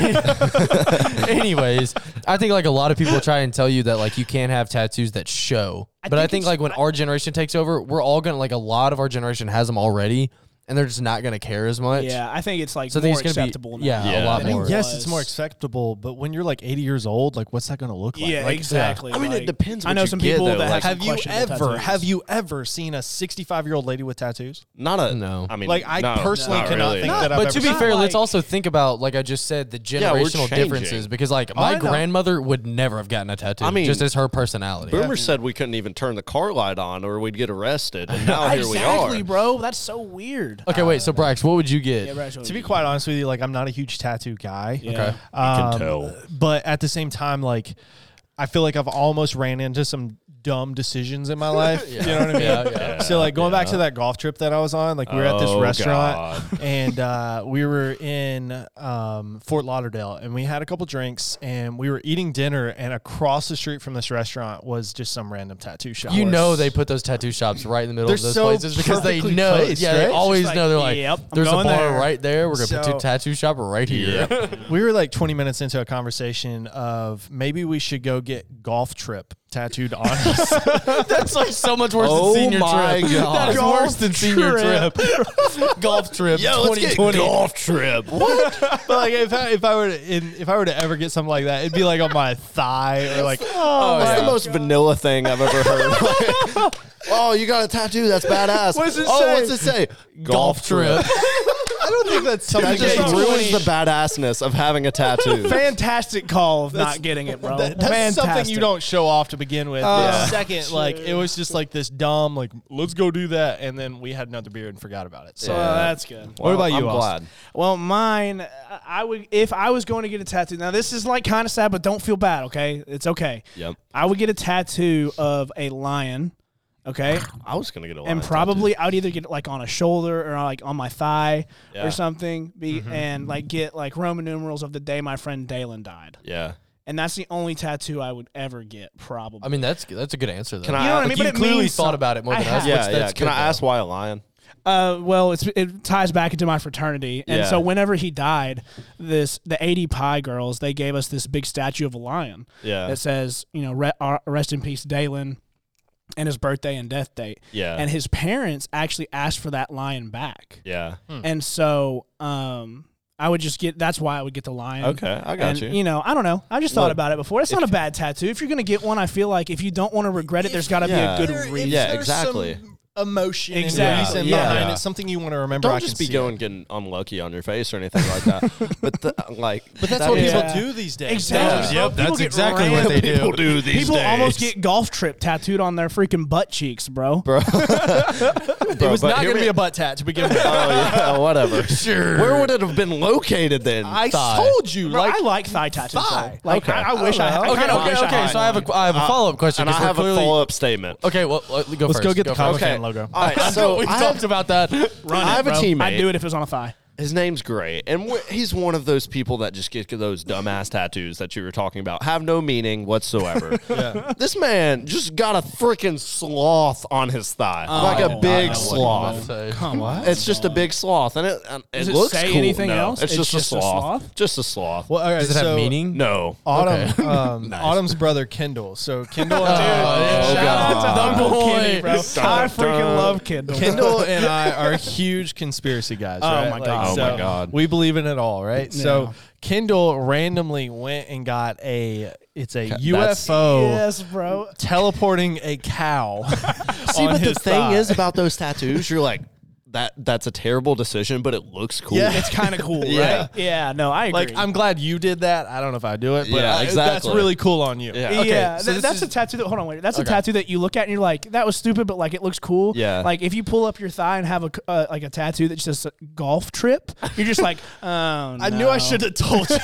Speaker 4: Anyways, I think like a lot of people try and tell you that like you can't have tattoos that show. but I
Speaker 1: think
Speaker 4: think
Speaker 1: it's-
Speaker 4: like when our generation takes over, we're all gonna like a lot of our generation has them already, and they're just not gonna care as much.
Speaker 1: Yeah, I think it's like
Speaker 4: So I
Speaker 1: more
Speaker 4: think it's gonna be-
Speaker 1: acceptable. now
Speaker 4: yeah,
Speaker 2: a
Speaker 1: than
Speaker 2: lot
Speaker 1: it
Speaker 4: more.
Speaker 1: was.
Speaker 3: Yes, it's more acceptable, but when you're like 80 years old, like what's that going to look like?
Speaker 1: Yeah,
Speaker 3: Like,
Speaker 1: exactly.
Speaker 2: I mean, it
Speaker 1: Like,
Speaker 2: depends
Speaker 1: I
Speaker 2: what
Speaker 1: know
Speaker 2: you
Speaker 1: some
Speaker 2: get,
Speaker 1: people
Speaker 2: though,
Speaker 1: that
Speaker 2: like-
Speaker 1: have,
Speaker 3: Have you ever
Speaker 1: Tattoos.
Speaker 3: have you ever seen a 65 year old lady with tattoos?
Speaker 2: Not a
Speaker 4: No.
Speaker 2: I mean,
Speaker 3: Like, I
Speaker 2: no,
Speaker 3: personally
Speaker 2: not
Speaker 3: cannot
Speaker 2: really.
Speaker 3: think
Speaker 2: No.
Speaker 3: that I've
Speaker 4: But to
Speaker 3: ever
Speaker 4: be
Speaker 3: seen.
Speaker 4: fair, let's
Speaker 1: like-
Speaker 4: also think about, like I just said, the
Speaker 2: Yeah, we're
Speaker 4: generational
Speaker 2: changing.
Speaker 4: differences. Because like
Speaker 3: Oh, I
Speaker 4: my
Speaker 3: know.
Speaker 4: grandmother would never have gotten a tattoo.
Speaker 2: I mean-
Speaker 4: just as her personality.
Speaker 2: Boomer said we couldn't even turn the car light on or we'd get arrested, and now oh, here we are.
Speaker 1: Exactly, bro. That's so weird.
Speaker 4: Okay, wait. So Brax, what would you get?
Speaker 1: Yeah, Bradshaw,
Speaker 3: To be
Speaker 1: you-
Speaker 3: quite honest with you, like I'm not a huge tattoo guy.
Speaker 1: yeah.
Speaker 4: Okay.
Speaker 2: can
Speaker 3: Um,
Speaker 2: tell.
Speaker 3: But at the same time, like I feel like I've almost ran into some dumb decisions in my life. You know what I mean?
Speaker 4: Yeah, yeah.
Speaker 3: So like going back to that golf trip that I was on, like we were at this
Speaker 2: Oh,
Speaker 3: restaurant and uh, we were in um, Fort Lauderdale and we had a couple drinks and we were eating dinner and across the street from this restaurant was just some random tattoo shop.
Speaker 4: You know they put those tattoo shops right in the middle
Speaker 3: They're
Speaker 4: of those
Speaker 3: so
Speaker 4: places because they
Speaker 3: perfectly
Speaker 4: know.
Speaker 3: placed,
Speaker 4: yeah,
Speaker 3: right?
Speaker 4: they
Speaker 3: It's
Speaker 4: always
Speaker 1: just
Speaker 4: know. They're
Speaker 1: like,
Speaker 4: like,
Speaker 1: "Yep, I'm
Speaker 4: there's a bar
Speaker 1: going there."
Speaker 4: right there. We're gonna put
Speaker 3: So-
Speaker 4: two tattoo shop right here.
Speaker 3: we were like 20 minutes into a conversation of maybe we should go get golf trip tattooed on us.
Speaker 4: That's like so much worse
Speaker 2: Oh
Speaker 4: than senior
Speaker 2: my
Speaker 4: trip.
Speaker 2: God.
Speaker 4: That is
Speaker 2: Golf
Speaker 4: worse than senior
Speaker 2: trip.
Speaker 4: trip. golf trip. 2020.
Speaker 2: golf trip.
Speaker 3: but like if I, if I were to in, if I were to ever get something like that, it'd be like on my thigh or like
Speaker 4: Oh,
Speaker 2: That's
Speaker 4: yeah.
Speaker 2: the most vanilla thing I've ever heard. Like, oh, you got a tattoo? That's badass.
Speaker 3: What does it
Speaker 2: oh,
Speaker 3: say?
Speaker 2: what's it say?
Speaker 4: golf trip.
Speaker 3: I don't think that's
Speaker 2: That
Speaker 3: something.
Speaker 2: just
Speaker 3: that-
Speaker 2: ruins the badassness of having a tattoo.
Speaker 1: Fantastic call of not getting it, bro.
Speaker 3: That- that's something you
Speaker 1: Fantastic.
Speaker 3: don't show off to begin with.
Speaker 2: Oh,
Speaker 3: But Second, like it was just like this dumb, like let's go do that, and then we had another beer and forgot about it. So
Speaker 1: So
Speaker 2: Yeah.
Speaker 1: that's good.
Speaker 2: Well,
Speaker 3: What about you,
Speaker 2: I'm glad.
Speaker 3: Austin?
Speaker 1: Well, mine, I- I would if I was going to get a tattoo. Now this is like kind of sad, but don't feel bad. Okay, it's okay.
Speaker 2: Yep.
Speaker 1: I would get a tattoo of a lion. Okay,
Speaker 2: I was gonna get a lion
Speaker 1: and probably I would either get it like on a shoulder or like on my thigh
Speaker 2: Yeah.
Speaker 1: or something. Be and like get like Roman numerals of the day my friend Dalen died,
Speaker 2: tattoo. Yeah.
Speaker 1: and that's the only tattoo I would ever get. Probably.
Speaker 4: I mean, that's that's a good answer though.
Speaker 2: Can I-
Speaker 1: you know what I
Speaker 2: like,
Speaker 1: mean?
Speaker 4: you
Speaker 1: but it
Speaker 4: clearly
Speaker 1: means
Speaker 4: thought
Speaker 1: something.
Speaker 4: about it more
Speaker 1: I
Speaker 4: than
Speaker 1: have.
Speaker 4: us. Which
Speaker 2: Yeah, yeah.
Speaker 4: that's
Speaker 2: Can
Speaker 4: good,
Speaker 2: I
Speaker 4: though.
Speaker 2: ask why a lion?
Speaker 1: Uh, well, it's, it ties back into my fraternity, and
Speaker 2: Yeah.
Speaker 1: so whenever he died, this the eighty pi girls they gave us this big statue of a lion
Speaker 2: Yeah.
Speaker 1: that says, you know, re- uh, rest in peace, Dalen, and his birthday and death date.
Speaker 2: Yeah.
Speaker 1: and his parents actually asked for that lion back,
Speaker 2: yeah.
Speaker 3: Hmm.
Speaker 1: and so um, I would just get that's why I would get the lion.
Speaker 2: Okay, I got
Speaker 1: and,
Speaker 2: you.
Speaker 1: know, I don't know. I just thought
Speaker 2: Look,
Speaker 1: about it before. It's not a bad tattoo. If you're gonna get one, I feel like if you don't want to regret it, there's got to
Speaker 2: yeah.
Speaker 1: be a good
Speaker 2: There- if
Speaker 1: reason.
Speaker 2: Yeah, exactly.
Speaker 3: some emotion
Speaker 1: Exactly.
Speaker 3: and reason
Speaker 2: Yeah.
Speaker 3: behind
Speaker 2: Yeah.
Speaker 3: it, something you want to remember.
Speaker 2: Don't
Speaker 3: I
Speaker 2: just
Speaker 3: can
Speaker 2: be
Speaker 3: see
Speaker 2: going
Speaker 3: it.
Speaker 2: getting unlucky on your face or anything like that. but the, uh, like,
Speaker 3: But that's
Speaker 2: that
Speaker 3: what
Speaker 2: is-
Speaker 1: people
Speaker 3: people
Speaker 1: Yeah.
Speaker 3: do these days.
Speaker 1: Exactly. Yep, that's exactly what they do.
Speaker 2: people do these
Speaker 1: People
Speaker 2: days.
Speaker 1: almost get golf trip tattooed on their freaking butt cheeks, bro.
Speaker 2: Bro,
Speaker 3: It was
Speaker 2: but
Speaker 3: not
Speaker 2: here
Speaker 3: going to
Speaker 2: we-
Speaker 3: be a butt tat to begin with.
Speaker 2: Oh yeah, whatever. sure. Where would it have been located then?
Speaker 3: I told you,
Speaker 1: Bro,
Speaker 3: like
Speaker 1: I like thigh tattoos. though.
Speaker 3: thigh.
Speaker 1: Like
Speaker 2: Okay.
Speaker 1: I, I wish I, I
Speaker 4: Okay,
Speaker 1: kinda
Speaker 4: okay,
Speaker 1: wish
Speaker 4: okay.
Speaker 1: had
Speaker 4: So I have
Speaker 1: one.
Speaker 4: a I have a follow up question.
Speaker 2: and I
Speaker 4: 'cause we're
Speaker 2: have a
Speaker 4: clearly-
Speaker 2: follow up statement.
Speaker 4: Okay, well, uh, go
Speaker 3: Let's
Speaker 4: first.
Speaker 3: go get the
Speaker 4: first.
Speaker 3: Comic Con logo.
Speaker 2: All right. So
Speaker 4: We've
Speaker 2: I have-
Speaker 4: talked about that.
Speaker 1: Run
Speaker 2: I
Speaker 1: it,
Speaker 2: have a
Speaker 1: bro.
Speaker 2: teammate.
Speaker 1: I'd do it if it was on a thigh.
Speaker 2: His name's Gray, and wh- he's one of those people that just get those dumbass tattoos that you were talking about, have no meaning whatsoever. This man just got a freaking sloth on his thigh, like a big sloth.
Speaker 4: Come on.
Speaker 2: It's just a big sloth, and it, and it,
Speaker 1: it
Speaker 2: looks
Speaker 1: say
Speaker 2: cool.
Speaker 1: anything
Speaker 2: No,
Speaker 1: else?
Speaker 2: It's, just, a, sloth. Just a sloth.
Speaker 3: Well, all right,
Speaker 4: Does it have
Speaker 3: so
Speaker 4: meaning?
Speaker 2: No. Oh,
Speaker 3: Autumn, um, Autumn's brother Kendall. So Kendall,
Speaker 4: yeah.
Speaker 1: oh,
Speaker 3: Shout out to
Speaker 1: Shout out to
Speaker 4: Dumb
Speaker 1: Uncle
Speaker 4: Oh, boy.
Speaker 1: Kenny, bro. I freaking love Kendall.
Speaker 3: Kendall and I are huge conspiracy guys.
Speaker 1: Oh
Speaker 3: right?
Speaker 1: my God.
Speaker 2: Oh my God.
Speaker 3: We believe in it all, right? So Kendall randomly went and got a. It's a UFO
Speaker 1: Yes, bro.
Speaker 3: teleporting a cow.
Speaker 2: See,
Speaker 3: on
Speaker 2: but the
Speaker 3: his
Speaker 2: thing
Speaker 3: thigh.
Speaker 2: is about those tattoos, you're like, that that's a terrible decision, but it looks cool.
Speaker 3: Yeah.
Speaker 1: It's kind of cool, right?
Speaker 2: Yeah.
Speaker 1: Yeah. no, I agree.
Speaker 3: like I'm glad you did that. I don't know if I do it, but
Speaker 2: Yeah,
Speaker 3: I- that's
Speaker 2: exactly.
Speaker 3: really cool on you.
Speaker 2: Yeah.
Speaker 3: Okay,
Speaker 1: yeah,
Speaker 3: so
Speaker 1: th-
Speaker 3: this
Speaker 1: that's
Speaker 3: is-
Speaker 1: a tattoo that. Hold on, wait. That's a tattoo that you look at and you're like, "That was stupid," but like it looks cool.
Speaker 2: Yeah.
Speaker 1: Like if you pull up your thigh and have a c- uh, like a tattoo that just says golf trip, you're just like, "Oh,
Speaker 3: I knew I should have told you.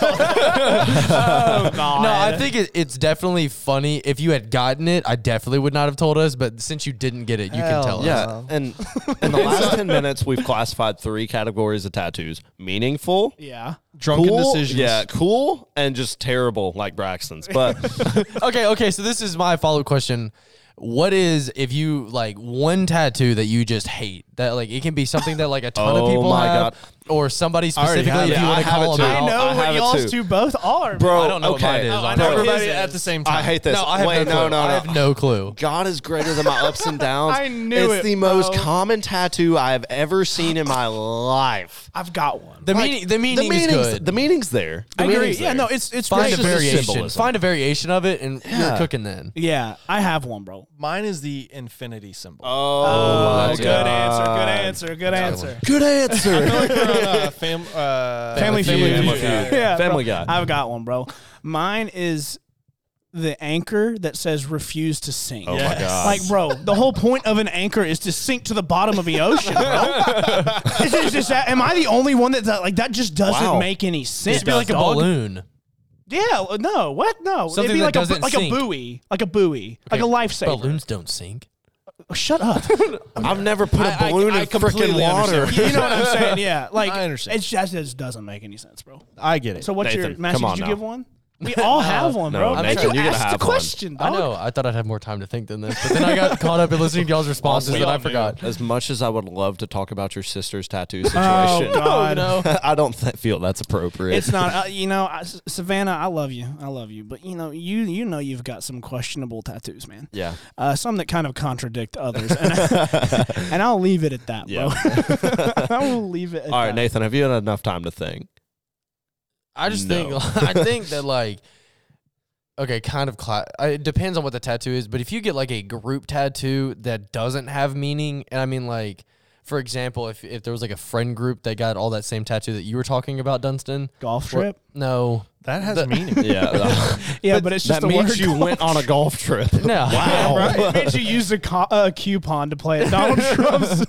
Speaker 4: No, I think it, it's definitely funny. If you had gotten it, I definitely would not have told us. But since you didn't get it, you
Speaker 3: Hell
Speaker 4: can tell us.
Speaker 2: Yeah, and in the last ten minutes, we've classified three categories of tattoos: meaningful,
Speaker 1: Yeah.
Speaker 3: Drunken
Speaker 2: cool,
Speaker 3: decisions.
Speaker 2: yeah, cool, and just terrible, like Braxton's. But
Speaker 4: Okay, okay. So this is my follow up question. What is if you like one tattoo that you just hate that like it can be something that like a ton
Speaker 2: Oh
Speaker 4: of people
Speaker 2: my
Speaker 4: have
Speaker 2: God.
Speaker 4: or somebody
Speaker 3: already
Speaker 4: specifically
Speaker 3: have
Speaker 4: if
Speaker 3: it.
Speaker 4: you
Speaker 2: I
Speaker 4: want to
Speaker 2: have it
Speaker 4: call them
Speaker 2: too.
Speaker 1: I
Speaker 4: out.
Speaker 1: know
Speaker 2: I have
Speaker 1: what
Speaker 2: it
Speaker 1: y'all's
Speaker 2: too.
Speaker 1: two both are,
Speaker 2: bro,
Speaker 4: I don't know what
Speaker 2: okay,
Speaker 4: mine is.
Speaker 2: I,
Speaker 4: I
Speaker 2: bro,
Speaker 4: know
Speaker 3: Everybody at the same time.
Speaker 2: I hate this.
Speaker 4: No, I have
Speaker 2: Wait,
Speaker 4: no,
Speaker 2: no,
Speaker 4: clue.
Speaker 2: no,
Speaker 4: I
Speaker 2: no.
Speaker 4: have no clue.
Speaker 2: God is greater than my ups and downs.
Speaker 1: I knew it,
Speaker 2: it's the most
Speaker 1: bro.
Speaker 2: common tattoo I have ever seen in my life.
Speaker 1: I've got one.
Speaker 4: The meaning, the meaning,
Speaker 2: the meaning's
Speaker 4: is good.
Speaker 2: the meaning's there. The
Speaker 1: I agree.
Speaker 2: meaning's
Speaker 1: Yeah,
Speaker 2: there.
Speaker 1: no, it's it's
Speaker 4: Find
Speaker 1: great.
Speaker 4: a
Speaker 2: just a
Speaker 4: variation.
Speaker 2: symbolism.
Speaker 4: Find a variation of it, and
Speaker 2: Yeah.
Speaker 4: you're cooking then.
Speaker 1: Yeah, I have one, bro. Uh,
Speaker 3: Mine is the infinity symbol.
Speaker 2: Oh, my
Speaker 1: good
Speaker 2: God.
Speaker 1: answer. Good answer. Good answer.
Speaker 2: Good answer.
Speaker 3: uh, fam, uh,
Speaker 1: Family,
Speaker 4: Family
Speaker 1: Feud.
Speaker 2: Feud. Family Feud.
Speaker 1: Yeah,
Speaker 2: Family
Speaker 1: bro.
Speaker 2: Guy.
Speaker 1: I've got one, bro. Mine is the anchor that says refuse to sink.
Speaker 2: Oh my God.
Speaker 1: Like, bro, the whole point of an anchor is to sink to the bottom of the ocean, bro. it's, it's just that. Am I the only one that, that like that just doesn't
Speaker 2: Wow.
Speaker 1: make any sense?
Speaker 4: It'd be like a
Speaker 1: dog.
Speaker 4: balloon.
Speaker 1: Yeah, no, what? No,
Speaker 4: Something
Speaker 1: it'd be
Speaker 4: that
Speaker 1: like a
Speaker 4: doesn't
Speaker 1: bu- like
Speaker 4: sink.
Speaker 1: a buoy, like a buoy, like a lifesaver. Oh,
Speaker 4: Balloons don't sink.
Speaker 1: Shut up.
Speaker 2: I've never put a
Speaker 3: I-
Speaker 2: balloon
Speaker 3: I
Speaker 2: in freaking
Speaker 3: completely
Speaker 2: water.
Speaker 3: understand.
Speaker 1: you know what I'm saying? Yeah, like
Speaker 3: I understand.
Speaker 1: It's just, it just doesn't make any sense, bro.
Speaker 3: I get it.
Speaker 1: So what's your
Speaker 2: Nathan,
Speaker 1: Massey,
Speaker 2: come on
Speaker 1: Did you
Speaker 2: now.
Speaker 1: give one? We all have one,
Speaker 2: no,
Speaker 1: bro.
Speaker 2: Nathan,
Speaker 1: Make you
Speaker 2: you're gonna
Speaker 1: ask
Speaker 2: have
Speaker 1: the
Speaker 2: one.
Speaker 1: question,
Speaker 4: I
Speaker 1: dog.
Speaker 4: know. I thought I'd have more time to think than this, but then I got caught up in listening to y'all's responses
Speaker 2: Wait,
Speaker 4: and I
Speaker 2: I'm
Speaker 4: forgot.
Speaker 2: As much as I would love to talk about your sister's tattoo
Speaker 1: Oh,
Speaker 2: situation,
Speaker 1: God.
Speaker 2: I don't th- feel that's appropriate.
Speaker 1: It's not, uh, you know, I- S- Savannah. I love you, I love you, but you know, you you know, you've got some questionable tattoos, man.
Speaker 2: Yeah.
Speaker 1: uh, some that kind of contradict others, and, and I'll leave it at that, bro. I will leave it. At
Speaker 2: All right,
Speaker 1: that.
Speaker 2: Nathan, have you had enough time to think?
Speaker 4: I just
Speaker 2: No.
Speaker 4: think I think that like okay, kind of cla- I- it depends on what the tattoo is, but if you get like a group tattoo that doesn't have meaning, and I mean like for example, if if there was like a friend group that got all that same tattoo that you were talking about, Dunstan.
Speaker 1: golf
Speaker 4: where-
Speaker 1: trip.
Speaker 4: No.
Speaker 3: That has
Speaker 4: The-
Speaker 3: meaning.
Speaker 2: Yeah.
Speaker 1: Yeah, but, it's just
Speaker 2: that
Speaker 1: the
Speaker 2: means
Speaker 1: word
Speaker 2: you
Speaker 1: golf.
Speaker 2: went on a golf trip.
Speaker 4: No.
Speaker 2: Wow.
Speaker 1: Right? It means you used a, co- a coupon to play at Donald Trump's.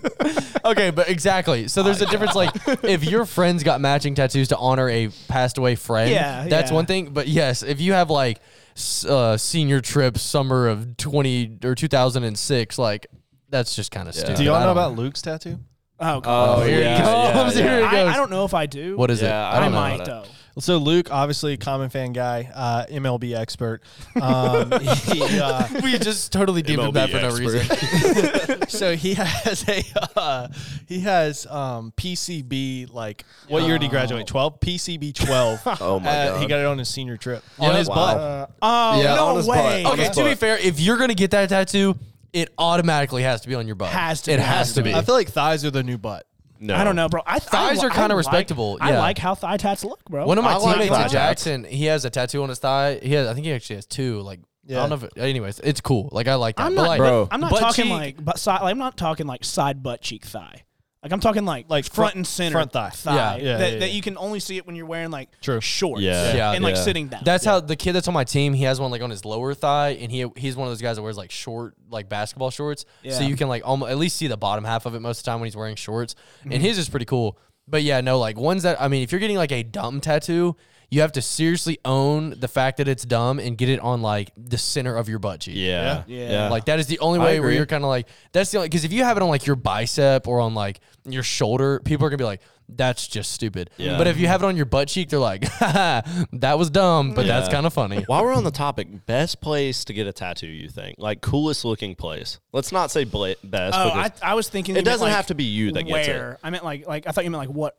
Speaker 4: okay, but exactly. So there's a difference. Like, if your friends got matching tattoos to honor a passed away friend,
Speaker 1: Yeah,
Speaker 4: that's
Speaker 1: yeah.
Speaker 4: one thing. But yes, if you have like s- uh, senior trip summer of 20 or 2006, like that's just kind of stupid.
Speaker 3: Do y'all
Speaker 4: I
Speaker 3: know
Speaker 4: don't
Speaker 3: about Luke's tattoo?
Speaker 1: Oh god.
Speaker 2: Oh,
Speaker 4: here it
Speaker 2: yeah,
Speaker 4: comes,
Speaker 2: yeah, yeah.
Speaker 4: here it
Speaker 1: I,
Speaker 4: goes.
Speaker 1: I don't know if I do.
Speaker 4: What is
Speaker 2: Yeah,
Speaker 4: it?
Speaker 2: I
Speaker 1: I,
Speaker 2: don't know
Speaker 1: might uh,
Speaker 2: about
Speaker 1: though.
Speaker 3: So Luke, obviously common fan guy, uh, MLB expert. Um, he, uh,
Speaker 4: We just totally deemed him
Speaker 2: MLB
Speaker 4: that for no
Speaker 2: expert.
Speaker 4: reason.
Speaker 3: so he has a uh, he has um, PCB like what year did he graduate? Twelve PCB twelve.
Speaker 2: Oh my
Speaker 3: Uh, he
Speaker 2: God.
Speaker 3: got it on his senior trip
Speaker 4: On his butt.
Speaker 1: Uh, oh
Speaker 2: Yeah, on
Speaker 1: no
Speaker 2: his
Speaker 1: way.
Speaker 2: butt.
Speaker 4: Okay, to be fair, if you're gonna get that tattoo, it automatically has to be on your butt.
Speaker 1: Has to
Speaker 4: It
Speaker 1: be.
Speaker 4: has to be.
Speaker 3: I feel like thighs are the new butt.
Speaker 2: No.
Speaker 1: I don't know, bro. I,
Speaker 4: Thighs
Speaker 1: I,
Speaker 4: are kinda
Speaker 1: I like-
Speaker 4: respectable,
Speaker 1: I
Speaker 4: yeah.
Speaker 1: like how thigh tats look, bro.
Speaker 4: Oh, One of my
Speaker 2: I like
Speaker 4: teammates,
Speaker 2: that.
Speaker 4: in Jackson, he has a tattoo on his thigh. He has, I think he actually has two. Like, I
Speaker 3: Yeah.
Speaker 4: don't know. If it, anyways, it's cool. Like, I like that.
Speaker 1: I'm
Speaker 4: but
Speaker 1: not,
Speaker 4: like,
Speaker 2: Bro.
Speaker 1: I'm not
Speaker 4: butt
Speaker 1: talking
Speaker 4: cheek-
Speaker 1: like, but side, like I'm not talking like side butt cheek thigh. Like I'm talking like
Speaker 3: Like
Speaker 1: front,
Speaker 3: front-
Speaker 1: and center
Speaker 3: front thigh.
Speaker 1: thigh
Speaker 4: Yeah,
Speaker 3: yeah,
Speaker 1: that,
Speaker 3: yeah,
Speaker 1: that
Speaker 3: yeah.
Speaker 1: you can only see it when you're wearing like
Speaker 3: True.
Speaker 1: shorts
Speaker 2: Yeah.
Speaker 4: Yeah,
Speaker 1: and like
Speaker 2: yeah.
Speaker 1: sitting down.
Speaker 4: That's how the kid that's on my team. He has one like on his lower thigh, and he he's one of those guys that wears like short like basketball shorts, so
Speaker 1: Yeah.
Speaker 4: you can like almost at least see the bottom half of it most of the time when he's wearing shorts. And his is pretty cool. But yeah, no, like ones that I mean, if you're getting like a dumb tattoo, you have to seriously own the fact that it's dumb and get it on like the center of your butt cheek.
Speaker 2: Yeah.
Speaker 1: Yeah.
Speaker 4: Like that is the only
Speaker 2: I
Speaker 4: way where
Speaker 2: agree.
Speaker 4: you're kind of like that's the only because if you have it on like your bicep or on like your shoulder, people are gonna be like, "That's just stupid."
Speaker 2: Yeah.
Speaker 4: But if you have it on your butt cheek, they're like, "That was dumb," but that's
Speaker 2: Yeah.
Speaker 4: kind of funny.
Speaker 2: While we're on the topic, best place to get a tattoo, you think? Like, coolest looking place. Let's not say bla- best.
Speaker 1: Oh, I,
Speaker 2: because
Speaker 1: I was thinking
Speaker 2: it
Speaker 1: you meant,
Speaker 2: doesn't
Speaker 1: like,
Speaker 2: have to be you that gets
Speaker 1: where. I meant like like I thought you meant like what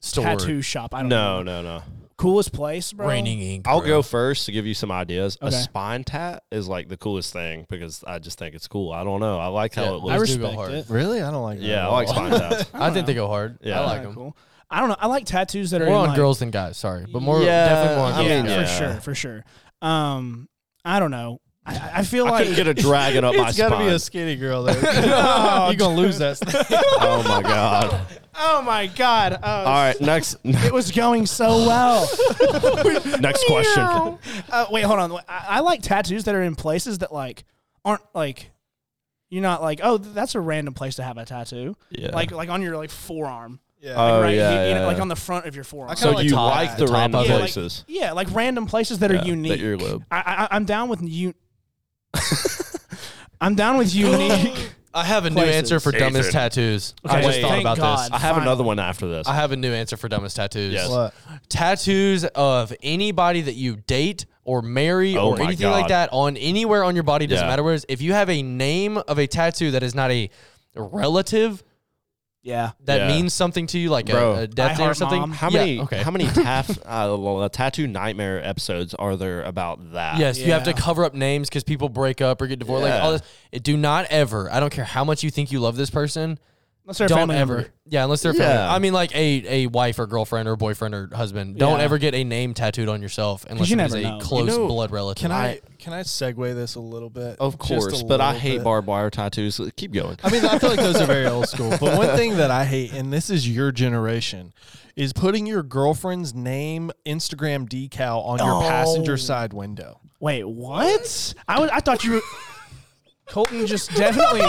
Speaker 4: Store.
Speaker 1: tattoo shop. I
Speaker 2: it.
Speaker 1: don't
Speaker 2: No,
Speaker 1: know.
Speaker 2: no, no.
Speaker 1: Coolest place, bro.
Speaker 4: Raining ink.
Speaker 2: I'll
Speaker 4: bro.
Speaker 2: go first to give you some ideas. A
Speaker 1: Okay.
Speaker 2: spine tat is like the coolest thing because I just think it's cool. I don't know. I like how
Speaker 4: Yeah,
Speaker 2: it looks.
Speaker 4: I
Speaker 1: I
Speaker 4: Those do go
Speaker 1: respect
Speaker 4: hard.
Speaker 1: it.
Speaker 3: Really, I don't like.
Speaker 2: yeah,
Speaker 3: that.
Speaker 2: I like spine tats.
Speaker 4: I, think they go hard.
Speaker 2: Yeah.
Speaker 4: I like
Speaker 1: Kinda
Speaker 4: them.
Speaker 1: cool. I don't know. I like tattoos that are
Speaker 4: More
Speaker 1: in,
Speaker 4: on
Speaker 1: like-
Speaker 4: girls than guys. Sorry, but more
Speaker 2: Yeah,
Speaker 4: definitely more on
Speaker 2: I
Speaker 4: girls.
Speaker 1: yeah,
Speaker 2: mean,
Speaker 1: for
Speaker 2: yeah.
Speaker 1: sure, for sure. Um, I don't know. I- I, I feel
Speaker 2: I
Speaker 1: like
Speaker 2: couldn't get a dragon up my
Speaker 3: It's got to
Speaker 2: spine.
Speaker 3: be a skinny girl there. You're gonna lose that.
Speaker 2: oh my god!
Speaker 1: oh my god. Oh,
Speaker 2: All right, next
Speaker 1: It was going so well.
Speaker 2: next question. Oh,
Speaker 1: Uh, wait, hold on. I, I like tattoos that are in places that like aren't like you're not like oh th- that's a random place to have a tattoo.
Speaker 2: Yeah.
Speaker 1: Like like on your like forearm.
Speaker 3: Yeah.
Speaker 2: Oh,
Speaker 1: right.
Speaker 2: yeah,
Speaker 1: You- you
Speaker 2: yeah,
Speaker 1: know, Like
Speaker 2: yeah.
Speaker 1: on the front of your forearm.
Speaker 3: kinda
Speaker 2: so
Speaker 3: like
Speaker 2: you
Speaker 3: top-
Speaker 2: like the
Speaker 3: the top
Speaker 2: random
Speaker 3: of
Speaker 1: yeah,
Speaker 2: places?
Speaker 1: Like, yeah, like random places that are unique.
Speaker 2: That earlobe.
Speaker 1: I, I I'm down with you. I'm down with unique.
Speaker 4: I have a new
Speaker 1: Places.
Speaker 4: answer for dumbest
Speaker 2: Ethan.
Speaker 4: tattoos. I
Speaker 1: Okay,
Speaker 4: just thought
Speaker 1: thank
Speaker 4: about
Speaker 1: God.
Speaker 4: this.
Speaker 2: I have
Speaker 1: Fine.
Speaker 2: another one after this.
Speaker 4: I have a new answer for dumbest tattoos.
Speaker 2: Yes.
Speaker 3: What?
Speaker 4: tattoos of anybody that you date or marry
Speaker 2: Oh
Speaker 4: or
Speaker 2: my
Speaker 4: anything like
Speaker 2: God.
Speaker 4: that on anywhere on your body doesn't
Speaker 2: Yeah.
Speaker 4: matter where it is. If you have a name of a tattoo that is not a relative
Speaker 1: yeah.
Speaker 4: that
Speaker 2: Yeah.
Speaker 4: means something to you, like
Speaker 2: Bro.
Speaker 4: a, a death
Speaker 1: I
Speaker 4: day or
Speaker 1: heart
Speaker 4: something.
Speaker 1: mom.
Speaker 2: How
Speaker 4: Yeah,
Speaker 2: many?
Speaker 4: okay.
Speaker 2: How many taff, uh, well, uh, tattoo nightmare episodes are there about that?
Speaker 4: Yes, you have to
Speaker 1: Yeah.
Speaker 4: cover up names because people break up or get divorced. Like
Speaker 2: Yeah.
Speaker 4: all this. Do not ever. I don't care how much you think you love this person.
Speaker 1: Let's start
Speaker 4: Don't
Speaker 1: family
Speaker 4: ever.
Speaker 1: member.
Speaker 4: Yeah, unless they're. family.
Speaker 2: Yeah.
Speaker 4: I mean, like a a wife or girlfriend or boyfriend or husband. Don't
Speaker 1: Yeah.
Speaker 4: ever get a name tattooed on yourself unless
Speaker 1: you
Speaker 4: it is
Speaker 1: never
Speaker 4: a
Speaker 1: know. You
Speaker 4: close
Speaker 2: know,
Speaker 4: blood relative.
Speaker 3: Can I can I segue this a little bit?
Speaker 2: Of
Speaker 3: Just a
Speaker 2: course, but I
Speaker 3: little
Speaker 2: hate
Speaker 3: bit.
Speaker 2: barbed wire tattoos. Keep going.
Speaker 3: I mean, I feel like those are very old school. But one thing that I hate, and this is your generation, is putting your girlfriend's name Instagram decal on your passenger side window.
Speaker 1: Wait, what? I was I thought you were Colton just definitely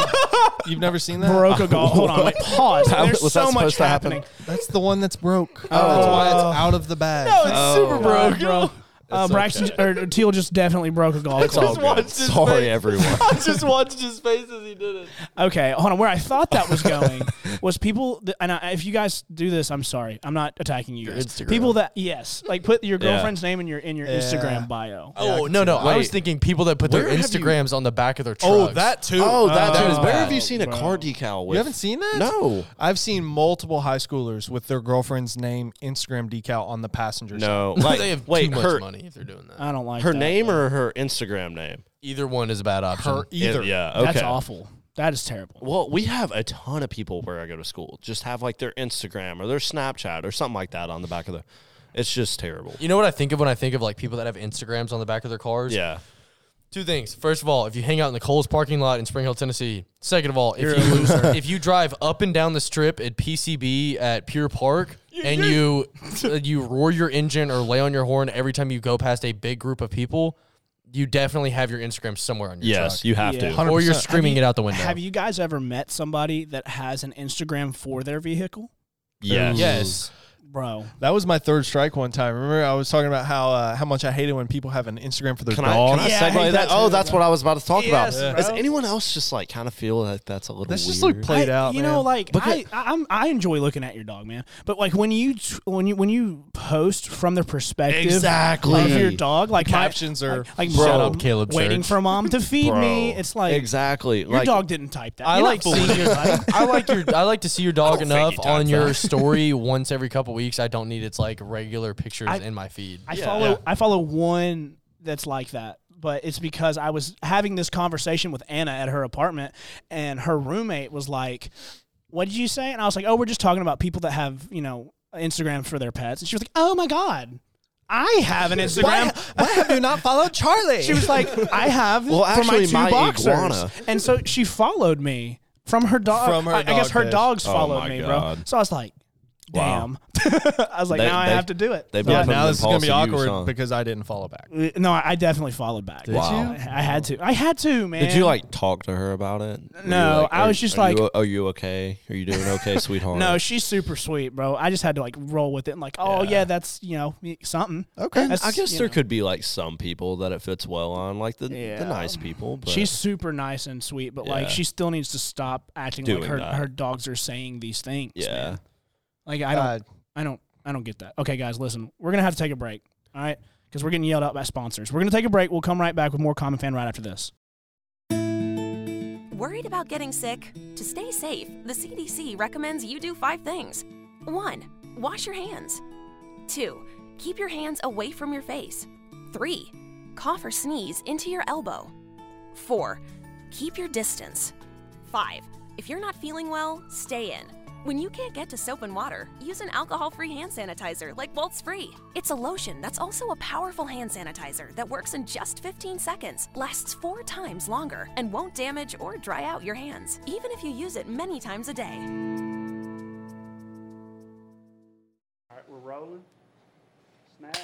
Speaker 3: You've never seen that? Uh,
Speaker 1: broke a golf. Hold on, wait, pause.
Speaker 2: How-
Speaker 1: There's
Speaker 2: was that
Speaker 1: so much
Speaker 2: supposed to happen?
Speaker 1: happening.
Speaker 3: That's the one that's broke. Oh, that's why it's out of the bag.
Speaker 1: super broke, bro. Uh, Braxton or Teal just definitely broke a golf club.
Speaker 2: Sorry, everyone.
Speaker 4: I just watched his face as he did it.
Speaker 1: Okay, hold on. Where I thought that was going was people, th- and I, if you guys do this, I'm sorry. I'm not attacking you. guys.
Speaker 2: Instagram.
Speaker 1: People that yes, like put your girlfriend's name in your in your Instagram bio.
Speaker 4: Oh no no! I was
Speaker 2: Wait.
Speaker 4: thinking people that put their
Speaker 2: Where have you-
Speaker 4: Instagrams on the back of their trucks.
Speaker 3: Oh, that too.
Speaker 2: Oh, that
Speaker 4: that
Speaker 2: dude
Speaker 4: is
Speaker 2: is. Where
Speaker 4: bad.
Speaker 2: have you seen a
Speaker 1: Bro.
Speaker 2: car decal with?
Speaker 3: You haven't seen that?
Speaker 2: No.
Speaker 3: I've seen multiple high schoolers with their girlfriend's name Instagram decal on the passenger side.
Speaker 2: No.
Speaker 4: they have
Speaker 2: wait,
Speaker 4: too much
Speaker 2: her,
Speaker 4: money if they're doing that.
Speaker 1: I don't like
Speaker 2: her
Speaker 1: that.
Speaker 2: name or her Instagram name?
Speaker 4: Either one is a bad option.
Speaker 3: Or either.
Speaker 2: It- yeah. Okay.
Speaker 1: That's awful. That is terrible.
Speaker 2: Well, we have a ton of people where I go to school just have like their Instagram or their Snapchat or something like that on the back of their. It's just terrible.
Speaker 4: You know what I think of when I think of like people that have Instagrams on the back of their cars?
Speaker 2: Yeah.
Speaker 4: Two things. First of all, if you hang out in the Coles parking lot in Spring Hill, Tennessee. Second of all, if you if you drive up and down the strip at PCB at Pure Park and you uh, you roar your engine or lay on your horn every time you go past a big group of people, you definitely have your Instagram somewhere on your
Speaker 2: Yes, you have
Speaker 1: Yeah.
Speaker 2: to.
Speaker 4: truck. Or you're
Speaker 3: 100%.
Speaker 4: screaming it out the window.
Speaker 1: Have you guys ever met somebody that has an Instagram for their vehicle,
Speaker 2: Yes.
Speaker 4: Yes.
Speaker 1: bro?
Speaker 3: That was my third strike one time. Remember, I was talking about how uh, how much I hated when people have an Instagram for their
Speaker 2: Can I,
Speaker 3: dog.
Speaker 2: can I
Speaker 1: Yeah, I
Speaker 2: segue
Speaker 1: hate
Speaker 2: that?
Speaker 1: that
Speaker 2: Oh,
Speaker 1: too,
Speaker 2: that's what I was about to talk
Speaker 1: Yes, bro.
Speaker 2: about. Does anyone else just like kind of feel like that's a little
Speaker 3: That's
Speaker 2: weird?
Speaker 3: just like played
Speaker 1: I-
Speaker 3: out.
Speaker 1: You
Speaker 3: man.
Speaker 1: know, like
Speaker 3: Look
Speaker 1: I,
Speaker 3: at-
Speaker 1: I, I'm, I enjoy looking at your dog, man. But like when you t- when you when you post from the perspective
Speaker 2: Exactly.
Speaker 1: of your dog, like my-
Speaker 3: captions are-
Speaker 1: like, like
Speaker 4: Bro.
Speaker 1: mom,
Speaker 4: Shut up, Caleb
Speaker 1: waiting
Speaker 4: Church.
Speaker 1: for mom to feed
Speaker 2: Bro.
Speaker 1: me. It's like
Speaker 2: exactly.
Speaker 1: your
Speaker 2: like,
Speaker 1: dog didn't type that.
Speaker 4: I
Speaker 1: You're not
Speaker 4: like
Speaker 1: fooling
Speaker 4: seeing-
Speaker 1: anybody.
Speaker 4: I like your I like to see your dog
Speaker 2: don't think
Speaker 4: enough
Speaker 2: he
Speaker 4: on
Speaker 2: does
Speaker 4: your
Speaker 2: that.
Speaker 4: story once every couple weeks. I don't need its like regular pictures
Speaker 1: I-
Speaker 4: in my feed.
Speaker 1: I follow I follow one that's like that, but it's because I was having this conversation with Anna at her apartment, and her roommate was like, "What did you say?" And I was like, "Oh, we're just talking about people that have you know Instagram for their pets." And she was like, "Oh my god." I have an Instagram.
Speaker 3: why have you not followed Charlie?
Speaker 1: She was like, "I have
Speaker 2: Well,
Speaker 1: for my
Speaker 2: actually,
Speaker 1: two
Speaker 2: my
Speaker 1: boxers,"
Speaker 2: iguana.
Speaker 1: and so she followed me from her dog.
Speaker 3: From her
Speaker 1: I, I guess her
Speaker 3: dog dash.
Speaker 1: dogs
Speaker 2: Oh
Speaker 1: followed
Speaker 2: my
Speaker 1: me, bro.
Speaker 2: God.
Speaker 1: So I was like,
Speaker 2: Wow.
Speaker 1: "Damn!" I was like,
Speaker 2: They-
Speaker 1: "Now I
Speaker 2: they-
Speaker 1: have to do it."
Speaker 2: they've
Speaker 1: So I-
Speaker 2: been
Speaker 3: now this is gonna be
Speaker 2: Impulsive use,
Speaker 3: awkward
Speaker 2: huh?
Speaker 3: because I didn't follow back.
Speaker 1: Uh, No, I I definitely followed back.
Speaker 2: Wow.
Speaker 1: I I had to. I had to, man.
Speaker 2: Did you like talk to her about it? Were you
Speaker 1: No,
Speaker 2: like,
Speaker 1: I
Speaker 2: are-
Speaker 1: was just
Speaker 2: are
Speaker 1: like-
Speaker 2: you- "Are you okay? Are you doing okay, sweetheart?"
Speaker 1: No, she's super sweet, bro. I just had to like roll with it and like, oh yeah, that's you know something.
Speaker 3: Okay.
Speaker 1: That's,
Speaker 2: I guess
Speaker 1: you
Speaker 2: there
Speaker 1: know.
Speaker 2: could be like some people that it fits well on, like the,
Speaker 1: Yeah.
Speaker 2: the nice people. But
Speaker 1: She's super nice and sweet, but
Speaker 2: Yeah.
Speaker 1: like she still needs to stop acting like
Speaker 2: Doing
Speaker 1: her,
Speaker 2: that.
Speaker 1: her dogs are saying these things.
Speaker 2: yeah,
Speaker 1: man. Like I don't,
Speaker 3: Uh,
Speaker 1: I don't, I don't get that. Okay, guys, listen, we're gonna have to take a break. All right, because we're getting yelled at by sponsors. We're gonna take a break. We'll come right back with more Common Fan right after this.
Speaker 6: Worried about getting sick? To stay safe, the CDC recommends you do five things. 1. Wash your hands. 2. Keep your hands away from your face. 3. Cough or sneeze into your elbow. 4. Keep your distance. 5. If you're not feeling well, stay in. When you can't get to soap and water, use an alcohol free hand sanitizer like Waltz Free. It's a lotion that's also a powerful hand sanitizer that works in just 15 seconds, lasts four times longer, and won't damage or dry out your hands, even if you use it many times a day.
Speaker 7: All right, we're rolling. Snap.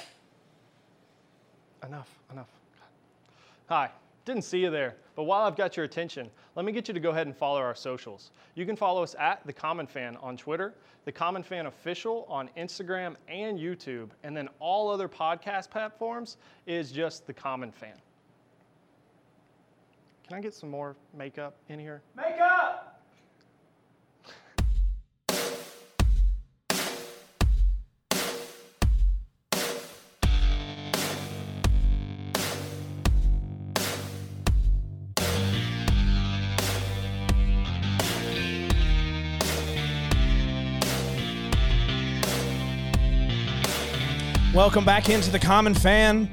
Speaker 7: Enough, enough. Hi, didn't see you there, but while I've got your attention, let me get you to go ahead and follow our socials. You can follow us at The Common Fan on Twitter, The Common Fan Official on Instagram and YouTube, and then all other podcast platforms is just The Common Fan. Can I get some more makeup in here?
Speaker 1: Welcome back into the Common Fan.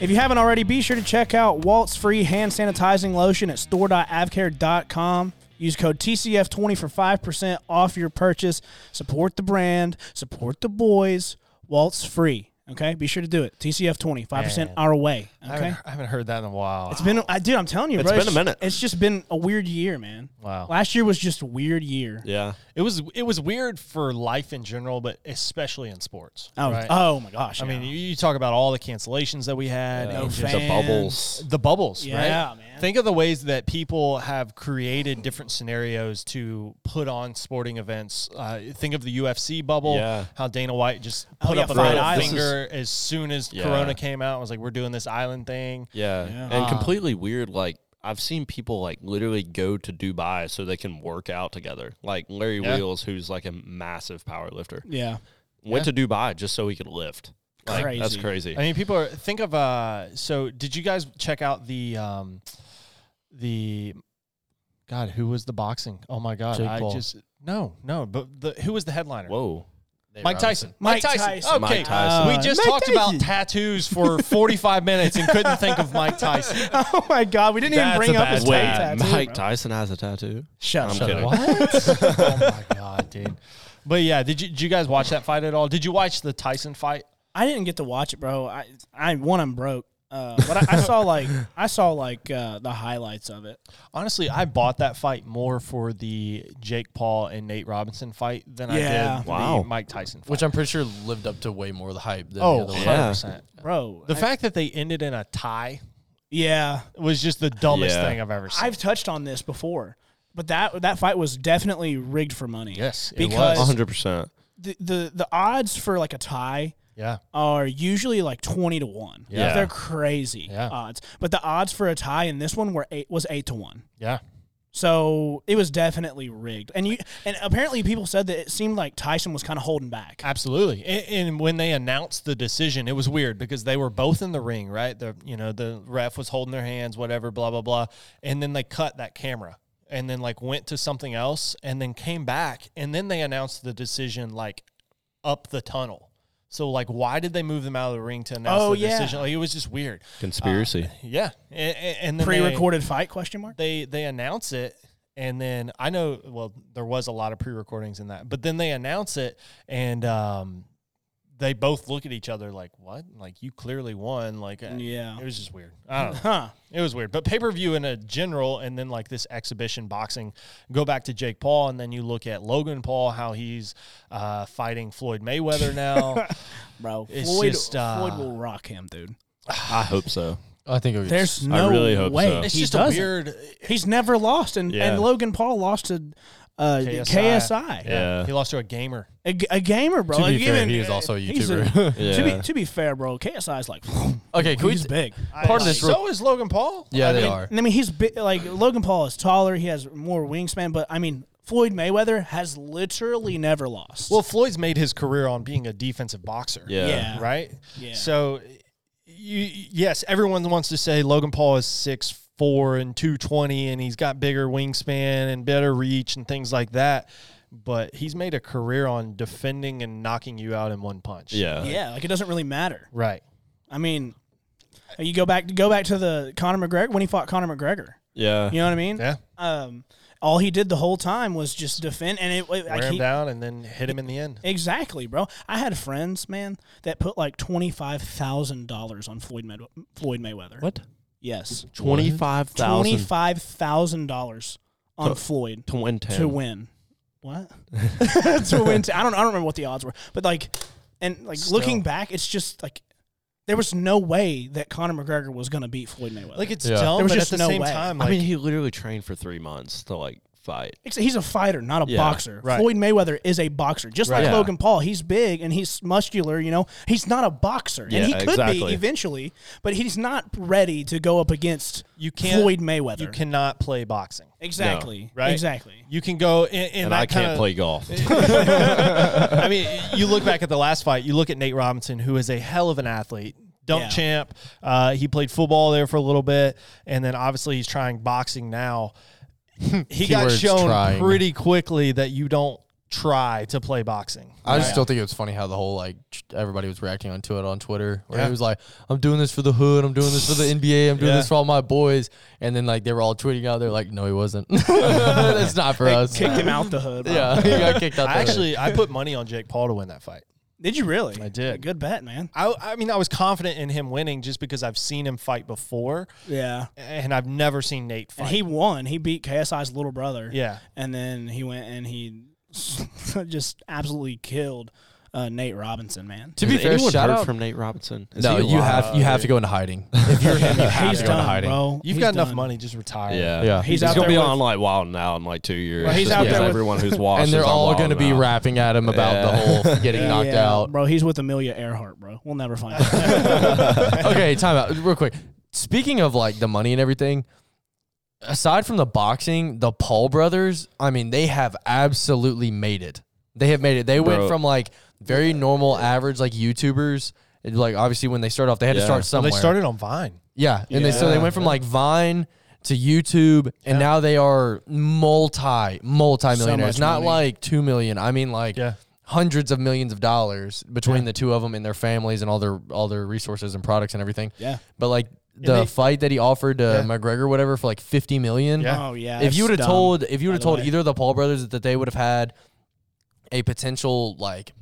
Speaker 1: If you haven't already, be sure to check out Walt's free hand sanitizing lotion at store.avcare.com. Use code TCF20 for 5% off your purchase. Support the brand, support the boys. Walt's free. Okay, be sure to do it. TCF20, 5% our way.
Speaker 3: I, haven't,
Speaker 1: Okay.
Speaker 3: I haven't heard that in a while.
Speaker 1: It's been, I, dude, I'm telling you,
Speaker 2: It's
Speaker 1: bro,
Speaker 2: been a minute.
Speaker 1: It's just been a weird year, man.
Speaker 3: Wow.
Speaker 1: Last year was just a weird year.
Speaker 2: yeah.
Speaker 3: It was it was weird for life in general, but especially in sports.
Speaker 1: Oh,
Speaker 3: right?
Speaker 1: oh my gosh.
Speaker 3: I mean,
Speaker 1: yeah.
Speaker 3: you, you talk about all the cancellations that we had.
Speaker 1: No
Speaker 3: and just-
Speaker 1: fans.
Speaker 2: The bubbles.
Speaker 3: the bubbles, right?
Speaker 1: Yeah, man.
Speaker 3: Think of the ways that people have created different scenarios to put on sporting events. Uh, think of the UFC bubble,
Speaker 2: Yeah.
Speaker 3: how Dana White just
Speaker 1: Oh,
Speaker 3: put
Speaker 1: yeah,
Speaker 3: up a
Speaker 1: Fight
Speaker 3: middle
Speaker 1: Island.
Speaker 3: finger there as soon as
Speaker 2: Yeah.
Speaker 3: Corona came out. I was like, we're doing this island thing.
Speaker 2: Yeah.
Speaker 1: Ah.
Speaker 2: And completely weird. Like, I've seen people like literally go to Dubai so they can work out together. Like Larry
Speaker 3: Yeah.
Speaker 2: Wheels, who's like a massive power lifter,
Speaker 1: Yeah.
Speaker 2: went to Dubai just so he could lift. Like, That's crazy.
Speaker 3: I mean, people are think of uh. So, did you guys check out the um, the, God, who was the boxing? Oh my God,
Speaker 4: Jake
Speaker 3: I
Speaker 4: Paul.
Speaker 3: just no, no. But the who was the headliner?
Speaker 2: Whoa.
Speaker 3: Mike Tyson.
Speaker 1: Mike Tyson.
Speaker 3: Okay.
Speaker 2: Mike Tyson.
Speaker 3: we
Speaker 1: Uh,
Speaker 3: just
Speaker 1: Mike
Speaker 3: talked
Speaker 1: Tyson.
Speaker 3: about tattoos for 45 minutes and couldn't think of Mike Tyson.
Speaker 1: Oh my God, we didn't
Speaker 3: That's
Speaker 1: even bring
Speaker 3: a
Speaker 1: up
Speaker 3: bad
Speaker 1: his
Speaker 3: Wait,
Speaker 1: tat- tattoo.
Speaker 2: Mike
Speaker 1: bro.
Speaker 2: Tyson has a tattoo?
Speaker 1: Shut
Speaker 2: I'm
Speaker 1: up.
Speaker 2: kidding.
Speaker 3: What? oh my God, dude. But yeah, did you, did you guys watch that fight at all? Did you watch the Tyson fight?
Speaker 1: I didn't get to watch it, bro. I, I one, I'm broke. Uh, but I, I saw like I saw like uh, the highlights of it.
Speaker 3: Honestly, I bought that fight more for the Jake Paul and Nate Robinson fight than I
Speaker 1: Yeah.
Speaker 3: did
Speaker 2: Wow.
Speaker 3: the Mike Tyson fight.
Speaker 4: which I'm pretty sure lived up to way more of the hype than
Speaker 3: oh,
Speaker 4: the other
Speaker 2: yeah.
Speaker 4: one.
Speaker 3: 100%.
Speaker 1: bro.
Speaker 3: The
Speaker 1: I-
Speaker 3: fact that they ended in a tie
Speaker 1: yeah,
Speaker 3: was just the dumbest
Speaker 2: Yeah.
Speaker 3: thing I've ever seen.
Speaker 1: I've touched on this before, but that that fight was definitely rigged for money.
Speaker 3: yes, it
Speaker 1: because
Speaker 3: was.
Speaker 2: 100%.
Speaker 1: the, the the odds for like a tie
Speaker 3: Yeah.
Speaker 1: are usually like twenty to one.
Speaker 2: Yeah.
Speaker 1: they're crazy
Speaker 3: Yeah.
Speaker 1: odds. But the odds for a tie in this one were eight was eight to one.
Speaker 3: Yeah.
Speaker 1: So it was definitely rigged, and you and apparently people said that it seemed like Tyson was kind of holding back.
Speaker 3: Absolutely. And, and when they announced the decision, it was weird because they were both in the ring, right? The you know the ref was holding their hands, whatever, blah blah blah, and then they cut that camera and then like went to something else and then came back and then they announced the decision like up the tunnel. So like, why did they move them out of the ring to announce
Speaker 1: Oh,
Speaker 3: the
Speaker 1: yeah.
Speaker 3: decision? Like, it was just weird.
Speaker 1: Uh,
Speaker 2: Conspiracy.
Speaker 3: Yeah, and, and then they-
Speaker 1: Pre-recorded fight question mark.
Speaker 3: they they announce it and then I know well there was a lot of pre-recordings in that but then they announce it and um they both look at each other like what like you clearly won like uh,
Speaker 1: Yeah.
Speaker 3: it was just weird I don't know
Speaker 1: Huh.
Speaker 3: it was weird but pay-per-view in a general and then like this exhibition boxing go back to Jake Paul and then you look at Logan Paul how he's uh fighting Floyd Mayweather now
Speaker 1: Bro,
Speaker 3: It's
Speaker 1: Floyd,
Speaker 3: just, uh,
Speaker 1: Floyd will rock him, dude.
Speaker 2: I hope so.
Speaker 4: I think it was
Speaker 1: There's no
Speaker 2: really hope
Speaker 1: way.
Speaker 2: so.
Speaker 3: it's
Speaker 1: he
Speaker 3: just
Speaker 1: doesn't.
Speaker 3: a weird
Speaker 1: He's never lost, and,
Speaker 2: Yeah.
Speaker 1: and Logan Paul lost to uh, KSI,
Speaker 2: Yeah.
Speaker 3: he lost to a gamer
Speaker 1: A, g- a gamer, bro.
Speaker 4: To be
Speaker 1: Like,
Speaker 4: fair,
Speaker 1: even- uh,
Speaker 4: he is also a
Speaker 1: he's
Speaker 4: YouTuber.
Speaker 1: To
Speaker 2: Yeah.
Speaker 1: be to be fair, bro, KSI is like
Speaker 4: okay. Can we,
Speaker 1: he's big.
Speaker 4: part of this, real-
Speaker 3: so is Logan Paul
Speaker 4: yeah, they
Speaker 1: And-
Speaker 4: are.
Speaker 1: and I mean, he's big. Like Logan Paul is taller. He has more wingspan, but I mean, Floyd Mayweather has literally never lost.
Speaker 3: Well, Floyd's made his career on being a defensive boxer.
Speaker 2: Yeah.
Speaker 1: yeah,
Speaker 3: Right?
Speaker 1: Yeah.
Speaker 3: So you yes, everyone wants to say Logan Paul is six four and two twenty and he's got bigger wingspan and better reach and things like that. But he's made a career on defending and knocking you out in one punch.
Speaker 2: Yeah.
Speaker 1: yeah. Like it doesn't really matter.
Speaker 3: Right.
Speaker 1: I mean, you go back go back to the Conor McGregor when he fought Conor McGregor.
Speaker 2: Yeah.
Speaker 1: You know what I mean?
Speaker 3: Yeah.
Speaker 1: Um, all he did the whole time was just defend, and it. it
Speaker 3: Wear
Speaker 1: like
Speaker 3: him
Speaker 1: he,
Speaker 3: down and then hit him in the end.
Speaker 1: Exactly, bro. I had friends, man, that put like twenty five thousand dollars on Floyd Med- Floyd Mayweather.
Speaker 2: What?
Speaker 1: Yes,
Speaker 2: 25,000
Speaker 1: twenty five thousand dollars on Floyd
Speaker 2: to win 10.
Speaker 1: to win. What? to win? I don't. I don't remember what the odds were, but like, and like looking back, it's just like there was no way that Conor McGregor was gonna beat Floyd Mayweather.
Speaker 3: Like it's
Speaker 4: Yeah.
Speaker 3: dumb,
Speaker 1: There was
Speaker 3: but at
Speaker 1: just
Speaker 3: the
Speaker 1: no
Speaker 3: same
Speaker 1: way.
Speaker 3: time,
Speaker 2: I
Speaker 3: like,
Speaker 2: mean, he literally trained for three months to like fight.
Speaker 1: Ex- He's a fighter, not a
Speaker 2: Yeah,
Speaker 1: boxer.
Speaker 3: right.
Speaker 1: Floyd Mayweather is a boxer, just
Speaker 2: Right.
Speaker 1: like
Speaker 2: Yeah.
Speaker 1: Logan Paul. He's big and he's muscular. You know, he's not a boxer,
Speaker 2: Yeah,
Speaker 1: and he could
Speaker 2: exactly.
Speaker 1: be eventually, but he's not ready to go up against
Speaker 3: You can't-
Speaker 1: Floyd Mayweather.
Speaker 3: you cannot play boxing.
Speaker 1: exactly,
Speaker 3: Right?
Speaker 1: Exactly.
Speaker 3: You can go and, and
Speaker 2: And
Speaker 3: that
Speaker 2: I can't
Speaker 3: kinda-
Speaker 2: play golf.
Speaker 3: I mean, you look back at the last fight. You look at Nate Robinson, who is a hell of an athlete, dunk
Speaker 1: Yeah.
Speaker 3: champ. Uh, he played football there for a little bit, and then obviously he's trying boxing now. he got
Speaker 4: Keywords
Speaker 3: shown
Speaker 4: trying.
Speaker 3: pretty quickly that you don't try to play boxing.
Speaker 4: I just still think it was funny how the whole like tr- everybody was reacting onto it on Twitter, where
Speaker 3: Yeah.
Speaker 4: he was like, "I'm doing this for the hood, I'm doing this for the NBA, I'm doing
Speaker 3: Yeah.
Speaker 4: this for all my boys," and then like they were all tweeting out, they're like, "No, he wasn't. That's not for us."
Speaker 1: Kicked him out the hood. bro.
Speaker 4: Yeah, he got kicked out.
Speaker 3: I
Speaker 4: the hood.
Speaker 3: actually I put money on Jake Paul to win that fight.
Speaker 1: Did you really?
Speaker 3: I did.
Speaker 1: Good bet, man.
Speaker 3: I, I mean, I was confident in him winning just because I've seen him fight before,
Speaker 1: Yeah.
Speaker 3: and I've never seen Nate fight.
Speaker 1: And he won. He beat KSI's little brother.
Speaker 3: Yeah.
Speaker 1: And then he went and he just absolutely killed uh, Nate Robinson, man.
Speaker 4: To be fair,
Speaker 2: anyone
Speaker 4: shout
Speaker 2: heard
Speaker 4: out.
Speaker 2: from Nate Robinson? Is
Speaker 4: no,
Speaker 2: he
Speaker 4: you
Speaker 2: alive?
Speaker 4: have you have to go into hiding. If you're him, you have
Speaker 1: He's
Speaker 4: to go into
Speaker 1: done,
Speaker 4: hiding.
Speaker 1: bro.
Speaker 3: You've
Speaker 1: He's
Speaker 3: got enough
Speaker 1: done.
Speaker 3: money, just retire.
Speaker 2: Yeah,
Speaker 4: Yeah.
Speaker 2: He's,
Speaker 1: He's out
Speaker 2: gonna
Speaker 1: there
Speaker 2: be
Speaker 1: with-
Speaker 2: on like Wild Now in like two years.
Speaker 1: Well, he's
Speaker 2: just
Speaker 1: out
Speaker 2: because
Speaker 1: there with-
Speaker 2: everyone who's watched,
Speaker 4: And they're
Speaker 2: is on
Speaker 4: all
Speaker 2: Wild
Speaker 4: going to be
Speaker 2: Now.
Speaker 4: rapping at him about the whole getting knocked
Speaker 1: Yeah,
Speaker 4: out.
Speaker 1: bro. He's with Amelia Earhart, bro. We'll never find out.
Speaker 4: okay, time out real quick. Speaking of like the money and everything, aside from the boxing, the Paul brothers, I mean, they have absolutely made it. They have made it. They went
Speaker 2: Bro.
Speaker 4: from like very normal, average like YouTubers. and, Like obviously when they started off, they had to
Speaker 2: Yeah.
Speaker 4: start
Speaker 3: Well,
Speaker 4: somewhere.
Speaker 3: they started on Vine.
Speaker 4: yeah, and they so they went from like Vine to YouTube, and now they are multi multi millionaires.
Speaker 1: much
Speaker 4: Not
Speaker 1: money.
Speaker 4: like two million. I mean like.
Speaker 3: Yeah.
Speaker 4: Hundreds of millions of dollars between the two of them and their families and all their all their resources and products and everything.
Speaker 1: yeah.
Speaker 4: But like the
Speaker 3: they-
Speaker 4: fight that he offered to
Speaker 3: Yeah.
Speaker 4: McGregor, whatever, for like fifty million.
Speaker 3: Yeah.
Speaker 1: Oh yeah.
Speaker 4: If
Speaker 1: that's
Speaker 4: you would have
Speaker 1: dumb.
Speaker 4: told, if you would have
Speaker 1: the
Speaker 4: told
Speaker 1: way.
Speaker 4: either of the Paul brothers that they would have had a potential like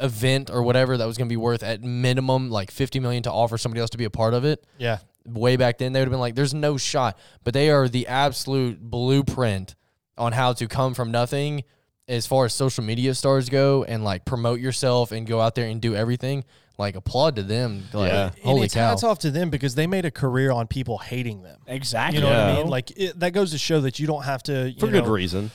Speaker 4: event or whatever that was going to be worth at minimum like fifty million to offer somebody else to be a part of it,
Speaker 3: Yeah.
Speaker 4: way back then they would have been like, "There's no shot." But they are the absolute blueprint on how to come from nothing as far as social media stars go and like promote yourself and go out there and do everything. Like applaud to them. Like,
Speaker 2: Yeah.
Speaker 4: Holy
Speaker 3: and it's
Speaker 4: cow!
Speaker 3: hats off to them because they made a career on people hating them.
Speaker 1: exactly.
Speaker 3: You know what
Speaker 2: Yeah.
Speaker 3: I mean? Like it, that goes to show that you don't have to you
Speaker 2: for good
Speaker 3: know-
Speaker 2: reason.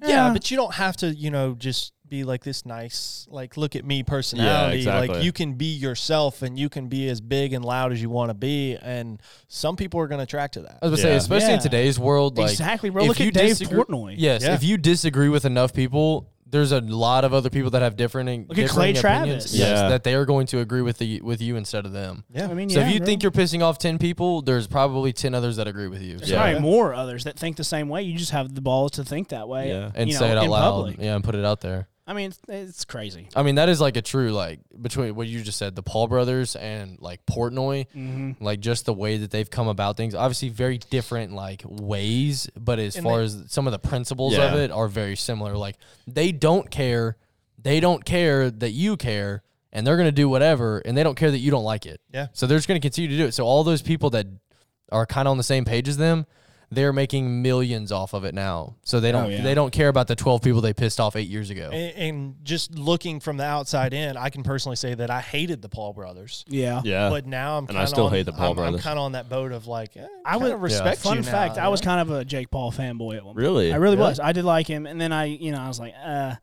Speaker 3: Yeah,
Speaker 1: Yeah.
Speaker 3: but you don't have to, you know, just be like this nice, like look at me personality. Like
Speaker 2: exactly.
Speaker 3: you can be yourself and you can be as big and loud as you want to be, and some people are going to attract to that.
Speaker 4: I was gonna say,
Speaker 2: Yeah.
Speaker 4: especially in
Speaker 1: Yeah.
Speaker 4: today's world, like
Speaker 1: Exactly, bro.
Speaker 4: if
Speaker 1: Look at
Speaker 4: you
Speaker 1: Dave
Speaker 4: disagree-
Speaker 1: Portnoy.
Speaker 4: Yes,
Speaker 3: Yeah.
Speaker 4: if you disagree with enough people, there's a lot of other people that have different.
Speaker 1: Look at Clay Travis.
Speaker 4: Yes,
Speaker 2: Yeah.
Speaker 4: that they are going to agree with the with you instead of them.
Speaker 3: Yeah.
Speaker 1: I mean,
Speaker 4: so
Speaker 1: yeah,
Speaker 4: if you
Speaker 1: bro.
Speaker 4: think you're pissing off ten people, there's probably ten others that agree with you.
Speaker 1: There's
Speaker 4: So-
Speaker 1: probably more others that think the same way. You just have the balls to think that way.
Speaker 2: Yeah.
Speaker 4: and
Speaker 1: you know,
Speaker 4: say it out
Speaker 1: in
Speaker 4: loud.
Speaker 1: Public.
Speaker 4: Yeah, and put it out there.
Speaker 1: I mean, it's, it's crazy.
Speaker 4: I mean, that is like a true like between what you just said, the Paul brothers and like Portnoy, like just the way that they've come about things. Obviously, very different like ways, but as far as some of the principles of
Speaker 2: Yeah.
Speaker 4: it are very similar. Like they don't care, they don't care that you care, and they're gonna do whatever, and they don't care that you don't like it.
Speaker 3: Yeah.
Speaker 4: So they're just gonna continue to do it. So all those people that are kind of on the same page as them. They're making millions off of it now, so they don't
Speaker 1: yeah.
Speaker 4: they don't care about the twelve people they pissed off eight years ago.
Speaker 3: And, and just looking from the outside in, I can personally say that I hated the Paul brothers.
Speaker 1: Yeah.
Speaker 2: Yeah,
Speaker 3: But now I'm
Speaker 2: And I
Speaker 3: kinda
Speaker 2: still
Speaker 3: on-
Speaker 2: hate the Paul
Speaker 3: I'm- I'm
Speaker 2: brothers.
Speaker 3: kind of on that boat of like eh,
Speaker 1: I
Speaker 3: kinda
Speaker 1: would
Speaker 3: respect.
Speaker 1: Fun
Speaker 3: you
Speaker 1: fact:
Speaker 3: now,
Speaker 1: I was
Speaker 3: you know?
Speaker 1: kind of a Jake Paul fanboy at one. point.
Speaker 2: Really?
Speaker 1: I really,
Speaker 2: Really?
Speaker 1: was. I did like him, and then I, you know, I was like, uh,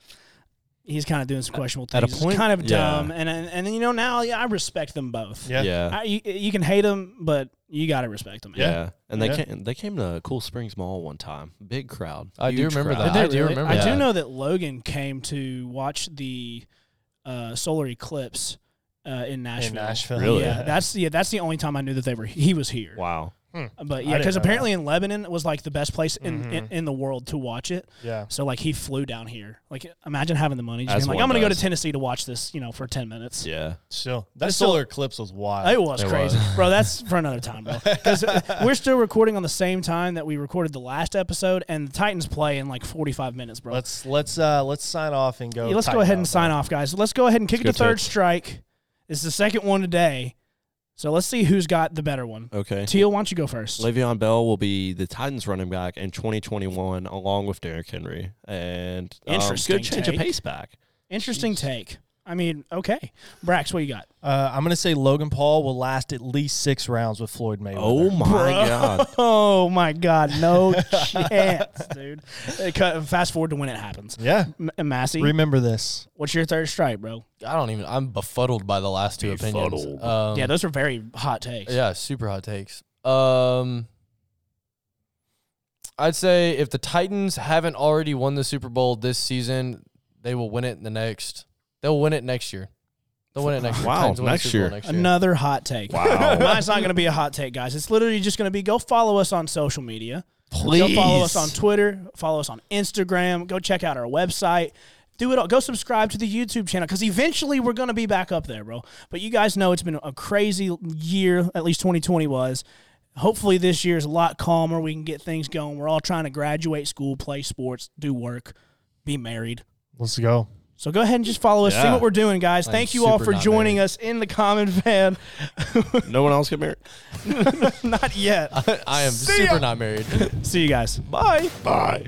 Speaker 1: he's kind of doing some questionable
Speaker 2: At a
Speaker 1: things.
Speaker 2: point-
Speaker 1: it's kind of
Speaker 2: yeah.
Speaker 1: dumb, and and, and then, you know now yeah, I respect them both.
Speaker 3: yeah.
Speaker 2: yeah.
Speaker 1: I, you, you can hate them, but you got to respect them.
Speaker 2: Yeah. And they
Speaker 3: Yeah.
Speaker 2: came they came to Cool Springs Mall one time. Big crowd.
Speaker 4: I do
Speaker 2: Huge
Speaker 4: remember
Speaker 2: crowd.
Speaker 4: that. I
Speaker 1: Did they
Speaker 4: do
Speaker 1: really?
Speaker 4: remember
Speaker 1: I
Speaker 4: that.
Speaker 1: do know that Logan came to watch the uh, solar eclipse uh, in Nashville.
Speaker 3: in Nashville.
Speaker 2: Really?
Speaker 1: Yeah, that's yeah, that's the only time I knew that they were. He was here.
Speaker 2: Wow.
Speaker 1: But yeah,
Speaker 3: didn't
Speaker 1: because
Speaker 3: know that.
Speaker 1: apparently in Lebanon was like the best place in, in, in the world to watch it.
Speaker 3: Yeah.
Speaker 1: So like he flew down here. Like imagine having the money. Just
Speaker 2: As
Speaker 1: being like
Speaker 2: one
Speaker 1: I'm gonna go
Speaker 2: does.
Speaker 1: to Tennessee to watch this. You know, for ten minutes.
Speaker 2: Yeah.
Speaker 3: So that
Speaker 1: It's still-
Speaker 3: solar eclipse was wild.
Speaker 1: It was
Speaker 4: It
Speaker 1: crazy, bro. That's for another time, bro. Because we're still recording on the same time that we recorded the last episode, and the Titans play in like 45 minutes, bro.
Speaker 3: Let's let's uh let's sign off and go.
Speaker 1: Yeah, let's go
Speaker 3: tighten
Speaker 1: ahead and
Speaker 3: up.
Speaker 1: sign off, guys. Let's go ahead and kick it to
Speaker 2: Let's go,
Speaker 1: third
Speaker 2: Tits.
Speaker 1: strike. It's the second one today, so let's see who's got the better one.
Speaker 2: Okay.
Speaker 1: Teal, why don't you go first?
Speaker 2: Le'Veon Bell will be the Titans running back in 2021 along with Derrick Henry. And um,
Speaker 1: Interesting
Speaker 2: good change
Speaker 1: take.
Speaker 2: of pace back.
Speaker 1: Interesting take. I mean, okay, Brax, what you got?
Speaker 3: Uh, I'm going to say Logan Paul will last at least six rounds with Floyd Mayweather.
Speaker 2: Oh my god.
Speaker 1: Oh my God, no chance, dude. Uh, cut- Fast forward to when it happens.
Speaker 3: yeah.
Speaker 1: M- uh, Massey,
Speaker 3: Remember this.
Speaker 1: what's your third strike, bro?
Speaker 4: I don't even. I'm befuddled by the last two opinions.
Speaker 2: Befuddled.
Speaker 4: Um,
Speaker 1: yeah,
Speaker 4: yeah,
Speaker 1: those are very hot takes.
Speaker 4: super hot takes. Um, I'd say if the Titans haven't already won the Super Bowl this season, they will win it in the next. They'll win it next year. They'll win it next year.
Speaker 2: Wow,
Speaker 4: Titans win the
Speaker 2: next
Speaker 4: Super Bowl
Speaker 2: year.
Speaker 4: next year.
Speaker 1: Another hot take. Wow. Mine's not going to be a hot take, guys. It's literally just going to be go follow us on social media. Go follow us on Twitter. Follow us on Instagram. Go check out our website. Do it all. Go subscribe to the YouTube channel because eventually we're going to be back up there, bro. But you guys know it's been a crazy year, at least 2020 was. Hopefully, this year's a lot calmer. We can get things going. We're all trying to graduate school, play sports, do work, be married.
Speaker 3: Let's go.
Speaker 1: So go ahead and just follow us, see
Speaker 2: Yeah.
Speaker 1: what we're doing, guys.
Speaker 4: I'm
Speaker 1: Thank you all
Speaker 4: super
Speaker 1: for
Speaker 4: not
Speaker 1: joining
Speaker 4: married.
Speaker 1: us in the common van.
Speaker 2: no one else get married.
Speaker 1: Not yet.
Speaker 4: I am super not married.
Speaker 1: See you guys.
Speaker 2: Bye. Bye.